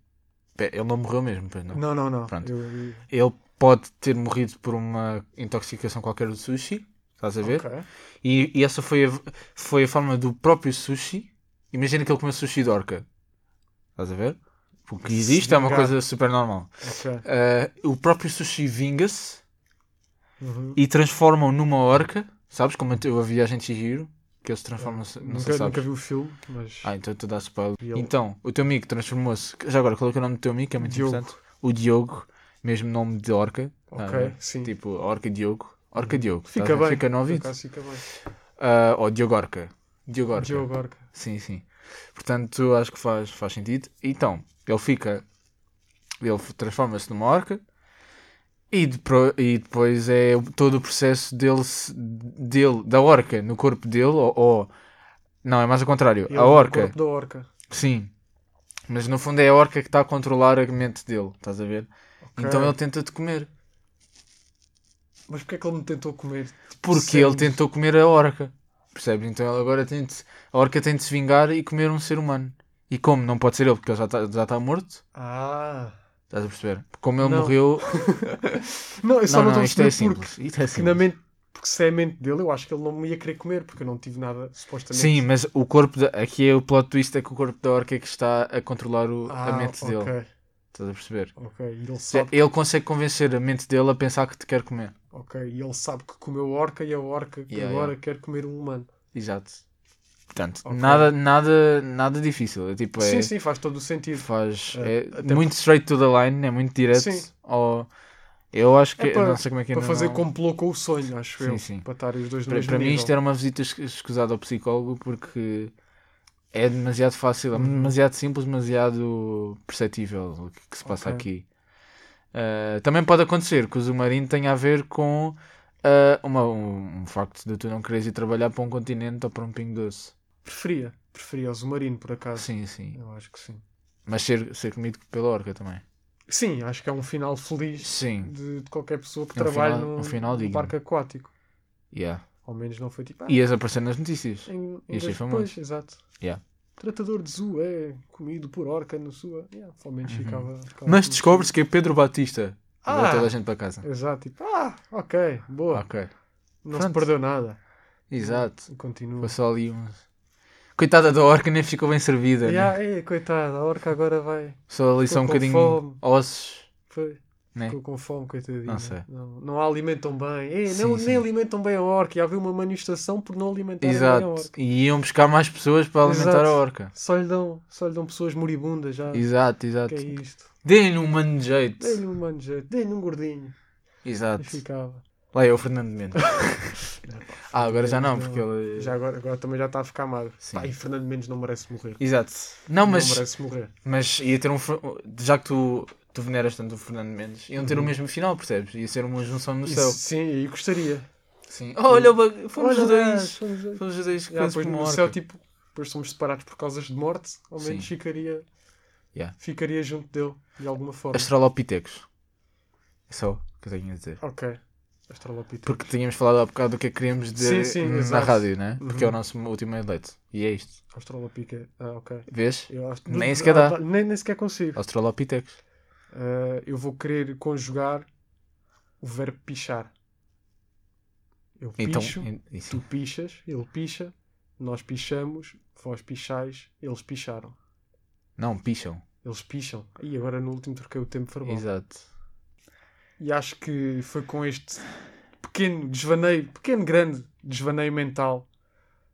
[SPEAKER 3] Pé, Ele não morreu mesmo, pois não?
[SPEAKER 2] Não, não, não.
[SPEAKER 3] Pronto.
[SPEAKER 2] Eu-
[SPEAKER 3] Ele pode ter morrido por uma intoxicação qualquer do sushi, estás a ver?
[SPEAKER 2] Ok.
[SPEAKER 3] E, e essa foi a, foi a forma do próprio sushi. Imagina que ele comeu sushi de orca. Estás a ver? Porque
[SPEAKER 2] Se
[SPEAKER 3] existe, é uma
[SPEAKER 2] vingar.
[SPEAKER 3] coisa super normal.
[SPEAKER 2] Ok.
[SPEAKER 3] Ah, o próprio sushi vinga-se
[SPEAKER 2] Uhum.
[SPEAKER 3] e transformam numa orca. Sabes como eu a viagem de Chihiro? Que eles transformam se não sei
[SPEAKER 2] É. Nunca,
[SPEAKER 3] se sabes.
[SPEAKER 2] nunca vi o filme, mas.
[SPEAKER 3] Ah, então tu dá spoiler.
[SPEAKER 2] E ele-
[SPEAKER 3] Então, o teu amigo transformou-se. Já agora, qual é, que é o nome do teu amigo? Que é muito
[SPEAKER 2] Diogo.
[SPEAKER 3] importante. O Diogo, mesmo nome de Orca.
[SPEAKER 2] Ok,
[SPEAKER 3] Ah, é?
[SPEAKER 2] sim.
[SPEAKER 3] Tipo, Orca Diogo. Orca Diogo.
[SPEAKER 2] Fica
[SPEAKER 3] estás a ver?
[SPEAKER 2] bem,
[SPEAKER 3] Fica no
[SPEAKER 2] por
[SPEAKER 3] ouvido.
[SPEAKER 2] acaso fica bem.
[SPEAKER 3] Ah, ou Diogo Orca. Diogo Orca.
[SPEAKER 2] Diogo Orca.
[SPEAKER 3] Sim, sim. Portanto, acho que faz, faz sentido. Então, ele fica. Ele transforma-se numa orca. E, depro- e depois é o- todo o processo dele, se- dele, da orca no corpo dele, ou, ou- não, é mais ao contrário,
[SPEAKER 2] Ele
[SPEAKER 3] a
[SPEAKER 2] no
[SPEAKER 3] orca.
[SPEAKER 2] corpo da orca.
[SPEAKER 3] Sim, mas no fundo é a orca que está a controlar a mente dele, estás a ver?
[SPEAKER 2] Ok.
[SPEAKER 3] Então ele tenta de comer,
[SPEAKER 2] Mas porque é que ele me tentou comer? Tipo,
[SPEAKER 3] porque
[SPEAKER 2] sem-
[SPEAKER 3] ele tentou comer a orca, percebes? Então ele agora tem de, a orca tem de se vingar e comer um ser humano. E como? Não pode ser ele, porque ele já está já tá morto.
[SPEAKER 2] Ah.
[SPEAKER 3] Estás a perceber? Como ele
[SPEAKER 2] Não.
[SPEAKER 3] morreu.
[SPEAKER 2] não, eu só não, estou a
[SPEAKER 3] isto é
[SPEAKER 2] perceber
[SPEAKER 3] simples.
[SPEAKER 2] porque,
[SPEAKER 3] Isto é
[SPEAKER 2] porque na
[SPEAKER 3] simples.
[SPEAKER 2] mente, porque se é a mente dele, eu acho que ele não me ia querer comer, porque eu não tive nada, supostamente.
[SPEAKER 3] Sim, mas o corpo. Da... Aqui é o plot twist: é que o corpo da orca é que está a controlar o... a
[SPEAKER 2] Ah,
[SPEAKER 3] mente
[SPEAKER 2] ok.
[SPEAKER 3] dele. Estás a perceber?
[SPEAKER 2] Ok, e ele
[SPEAKER 3] Se-
[SPEAKER 2] sabe,
[SPEAKER 3] Ele consegue convencer a mente dele a pensar que te quer comer.
[SPEAKER 2] ok, e ele sabe que comeu orca e a orca que
[SPEAKER 3] Yeah,
[SPEAKER 2] agora quer comer um humano.
[SPEAKER 3] Exato. Portanto, nada, nada, nada difícil. É tipo, é,
[SPEAKER 2] Sim, sim, faz todo o sentido.
[SPEAKER 3] Faz.
[SPEAKER 2] É,
[SPEAKER 3] é
[SPEAKER 2] até
[SPEAKER 3] muito straight to the line, é muito direto.
[SPEAKER 2] Sim.
[SPEAKER 3] Ou, eu acho que.
[SPEAKER 2] É para,
[SPEAKER 3] não sei como é que
[SPEAKER 2] para
[SPEAKER 3] ainda
[SPEAKER 2] fazer
[SPEAKER 3] não...
[SPEAKER 2] complô com o sonho, acho
[SPEAKER 3] Sim,
[SPEAKER 2] eu.
[SPEAKER 3] sim.
[SPEAKER 2] Para estar os dois no
[SPEAKER 3] Para,
[SPEAKER 2] mesmo
[SPEAKER 3] para mim
[SPEAKER 2] nível.
[SPEAKER 3] isto é era uma visita esc- escusada ao psicólogo porque é demasiado fácil, é demasiado simples, demasiado perceptível o que, que se passa
[SPEAKER 2] Ok.
[SPEAKER 3] aqui. Ah, também pode acontecer que o submarino tenha a ver com ah, uma- um, um facto de tu não quereres ir trabalhar para um continente ou para um pingo doce.
[SPEAKER 2] Preferia, preferia o Zumarino, por acaso.
[SPEAKER 3] Sim, sim.
[SPEAKER 2] Eu acho que sim.
[SPEAKER 3] Mas ser, ser comido pela orca também.
[SPEAKER 2] Sim, acho que é um final feliz
[SPEAKER 3] Sim.
[SPEAKER 2] de, de qualquer pessoa que
[SPEAKER 3] É um
[SPEAKER 2] trabalha
[SPEAKER 3] final-
[SPEAKER 2] num,
[SPEAKER 3] um final
[SPEAKER 2] num
[SPEAKER 3] digno.
[SPEAKER 2] parque aquático.
[SPEAKER 3] Yeah.
[SPEAKER 2] Ao menos não foi tipo. ah,
[SPEAKER 3] Ias aparecer nas notícias.
[SPEAKER 2] Em, em
[SPEAKER 3] Ias ser
[SPEAKER 2] dois-
[SPEAKER 3] famoso.
[SPEAKER 2] Pois, exato.
[SPEAKER 3] Yeah.
[SPEAKER 2] Tratador de zoo é comido por orca no sua. Yeah, ao
[SPEAKER 3] Uhum.
[SPEAKER 2] menos ficava, ficava
[SPEAKER 3] Mas
[SPEAKER 2] conhecido.
[SPEAKER 3] descobres que é Pedro Batista. Ah.
[SPEAKER 2] Ah!
[SPEAKER 3] toda a gente para casa.
[SPEAKER 2] Exato, tipo, ah, ok, boa.
[SPEAKER 3] Ok.
[SPEAKER 2] Não se
[SPEAKER 3] Pronto.
[SPEAKER 2] perdeu nada.
[SPEAKER 3] Exato.
[SPEAKER 2] E continua.
[SPEAKER 3] Foi só ali uns. Coitada da orca, nem ficou bem servida.
[SPEAKER 2] Yeah,
[SPEAKER 3] né?
[SPEAKER 2] ei, coitada, a orca agora vai.
[SPEAKER 3] Só
[SPEAKER 2] ficou
[SPEAKER 3] ali só um
[SPEAKER 2] com
[SPEAKER 3] bocadinho
[SPEAKER 2] fome.
[SPEAKER 3] ossos.
[SPEAKER 2] Foi.
[SPEAKER 3] Né?
[SPEAKER 2] Ficou com fome, coitadinha.
[SPEAKER 3] Não sei.
[SPEAKER 2] Não, não a alimentam bem. Ei,
[SPEAKER 3] Sim,
[SPEAKER 2] não,
[SPEAKER 3] sim.
[SPEAKER 2] Nem alimentam bem a orca. E havia uma manifestação por não alimentarem bem a
[SPEAKER 3] Exato.
[SPEAKER 2] orca.
[SPEAKER 3] E iam buscar mais pessoas para alimentar
[SPEAKER 2] Exato.
[SPEAKER 3] a orca.
[SPEAKER 2] Só lhe, dão, só lhe dão pessoas moribundas já.
[SPEAKER 3] Exato, exato.
[SPEAKER 2] Que é isto.
[SPEAKER 3] Deem-lhe um mano de jeito.
[SPEAKER 2] Dei-lhe um mano de jeito, dei-lhe um gordinho.
[SPEAKER 3] Exato.
[SPEAKER 2] E ficava.
[SPEAKER 3] Lá é o Fernando Mendes. ah, agora já não, porque ele.
[SPEAKER 2] um Já agora, agora também já está a ficar mal. Pá, e Fernando Mendes não merece morrer.
[SPEAKER 3] Exato.
[SPEAKER 2] um
[SPEAKER 3] Não, mas.
[SPEAKER 2] merece morrer.
[SPEAKER 3] Mas ia ter um. Fer- Já que tu, tu veneras tanto o Fernando Mendes, iam ter
[SPEAKER 2] Uhum.
[SPEAKER 3] o mesmo final, percebes? Ia ser uma junção no
[SPEAKER 2] Isso,
[SPEAKER 3] céu.
[SPEAKER 2] Sim, e gostaria.
[SPEAKER 3] Sim. Oh, olha, o bug- fomos
[SPEAKER 2] Olha,
[SPEAKER 3] os dois.
[SPEAKER 2] fomos os dois.
[SPEAKER 3] Fomos os dois
[SPEAKER 2] Já,
[SPEAKER 3] coisas
[SPEAKER 2] pois
[SPEAKER 3] por
[SPEAKER 2] no
[SPEAKER 3] uma
[SPEAKER 2] céu,
[SPEAKER 3] orca.
[SPEAKER 2] tipo, depois somos separados por causas de morte, ao menos
[SPEAKER 3] Sim.
[SPEAKER 2] ficaria
[SPEAKER 3] Yeah.
[SPEAKER 2] Ficaria junto dele, de alguma forma.
[SPEAKER 3] Astralopitecos. É só o que eu tenho a dizer.
[SPEAKER 2] Ok. Astralopitecos.
[SPEAKER 3] Porque tínhamos falado há bocado do que é que queríamos dizer
[SPEAKER 2] Sim, sim,
[SPEAKER 3] na
[SPEAKER 2] exato.
[SPEAKER 3] rádio, né? Porque é o
[SPEAKER 2] Uhum.
[SPEAKER 3] nosso último eleito. E é isto.
[SPEAKER 2] Australopica. Ah, ok.
[SPEAKER 3] Vês?
[SPEAKER 2] Eu acho-
[SPEAKER 3] Nem sequer dá.
[SPEAKER 2] Ah, Nem, nem sequer consigo.
[SPEAKER 3] Australopitecos.
[SPEAKER 2] Ah, eu vou querer conjugar o verbo pichar. Eu
[SPEAKER 3] Então,
[SPEAKER 2] picho,
[SPEAKER 3] en- isso.
[SPEAKER 2] tu pichas, ele picha, nós pichamos, vós pichais, eles picharam.
[SPEAKER 3] Não, picham.
[SPEAKER 2] Eles picham. E agora no último troquei o tempo verbal.
[SPEAKER 3] Exato.
[SPEAKER 2] E acho que foi com este pequeno desvaneio, pequeno grande desvaneio mental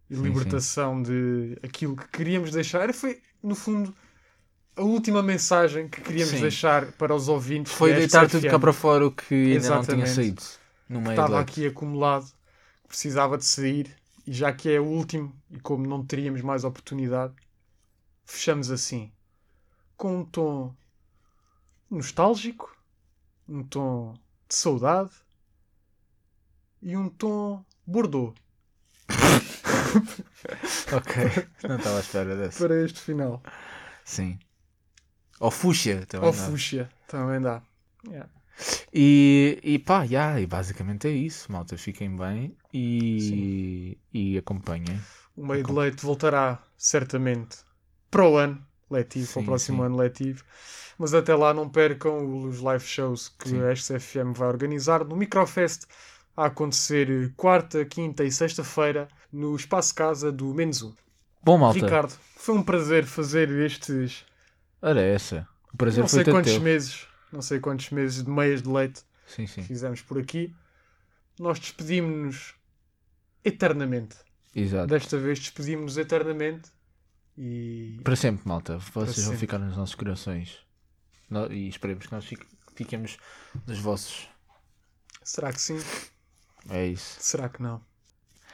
[SPEAKER 2] e
[SPEAKER 3] Sim,
[SPEAKER 2] libertação de aquilo que queríamos deixar. Era, foi, no fundo, a última mensagem que queríamos
[SPEAKER 3] Sim.
[SPEAKER 2] deixar para os ouvintes.
[SPEAKER 3] Foi
[SPEAKER 2] da
[SPEAKER 3] deitar
[SPEAKER 2] SFM.
[SPEAKER 3] tudo cá para fora o que ainda não tinha
[SPEAKER 2] é Exatamente.
[SPEAKER 3] saído. No
[SPEAKER 2] Que
[SPEAKER 3] meio
[SPEAKER 2] Estava
[SPEAKER 3] do-
[SPEAKER 2] aqui acumulado, que precisava de sair, e já que é o último, e como não teríamos mais oportunidade, fechamos assim, com um tom nostálgico, um tom de saudade e um tom bordeaux
[SPEAKER 3] Ok. Não estava à espera dessa.
[SPEAKER 2] para este final.
[SPEAKER 3] Sim. Ou Fuxia também.
[SPEAKER 2] Ou
[SPEAKER 3] dá.
[SPEAKER 2] fúcsia, também dá. Yeah.
[SPEAKER 3] E, e pá, já, e basicamente é isso, malta. Fiquem bem e, e acompanhem.
[SPEAKER 2] O meio de leite voltará certamente para o ano letivo, para o
[SPEAKER 3] Sim,
[SPEAKER 2] próximo
[SPEAKER 3] sim.
[SPEAKER 2] ano letivo. Mas até lá não percam os live shows que
[SPEAKER 3] Sim.
[SPEAKER 2] a XFM vai organizar no Microfest a acontecer eh, quarta, quinta e sexta-feira no Espaço Casa do Menos Um.
[SPEAKER 3] Bom, malta.
[SPEAKER 2] Ricardo, foi um prazer fazer estes
[SPEAKER 3] Ora, essa. O prazer
[SPEAKER 2] não
[SPEAKER 3] foi
[SPEAKER 2] sei
[SPEAKER 3] todo
[SPEAKER 2] quantos
[SPEAKER 3] teu.
[SPEAKER 2] meses, não sei quantos meses de meias de leite
[SPEAKER 3] Sim, sim.
[SPEAKER 2] fizemos por aqui. Nós despedimos-nos eternamente.
[SPEAKER 3] Exato.
[SPEAKER 2] Desta vez despedimos-nos eternamente e
[SPEAKER 3] Para sempre, malta. Vocês vão
[SPEAKER 2] sempre.
[SPEAKER 3] ficar nos nossos corações. No- E esperemos que nós fique- fiquemos nos vossos.
[SPEAKER 2] será que sim?
[SPEAKER 3] É isso.
[SPEAKER 2] Será que não?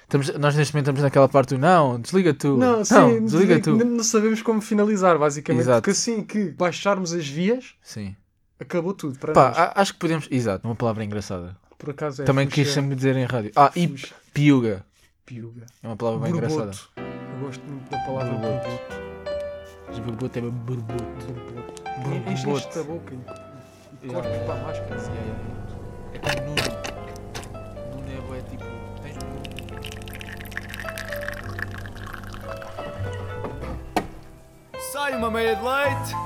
[SPEAKER 3] Estamos, nós neste momento estamos naquela parte do não, desliga tu.
[SPEAKER 2] Não, sim,
[SPEAKER 3] desliga tu.
[SPEAKER 2] n- Não sabemos como finalizar, basicamente.
[SPEAKER 3] Exato.
[SPEAKER 2] Porque assim que baixarmos as vias,
[SPEAKER 3] Sim.
[SPEAKER 2] acabou tudo. Para
[SPEAKER 3] Pá,
[SPEAKER 2] nós.
[SPEAKER 3] a- acho que podemos. Exato, uma palavra engraçada.
[SPEAKER 2] Por acaso é
[SPEAKER 3] Também
[SPEAKER 2] fuxa.
[SPEAKER 3] quis sempre dizer em rádio. Ah, e
[SPEAKER 2] Fuxa.
[SPEAKER 3] piuga.
[SPEAKER 2] Piuga.
[SPEAKER 3] É uma palavra bem
[SPEAKER 2] Borboto.
[SPEAKER 3] engraçada.
[SPEAKER 2] Eu gosto muito da palavra
[SPEAKER 3] Borboto.
[SPEAKER 2] borboto.
[SPEAKER 3] Mas borboto é borboto. É,
[SPEAKER 2] Borboto.
[SPEAKER 3] Borboto.
[SPEAKER 2] Enche-te a boca e, e corta para a máscara. assim.
[SPEAKER 3] É como Nuno. Nuno é bué, tipo. Tens
[SPEAKER 17] Sai uma meia de leite!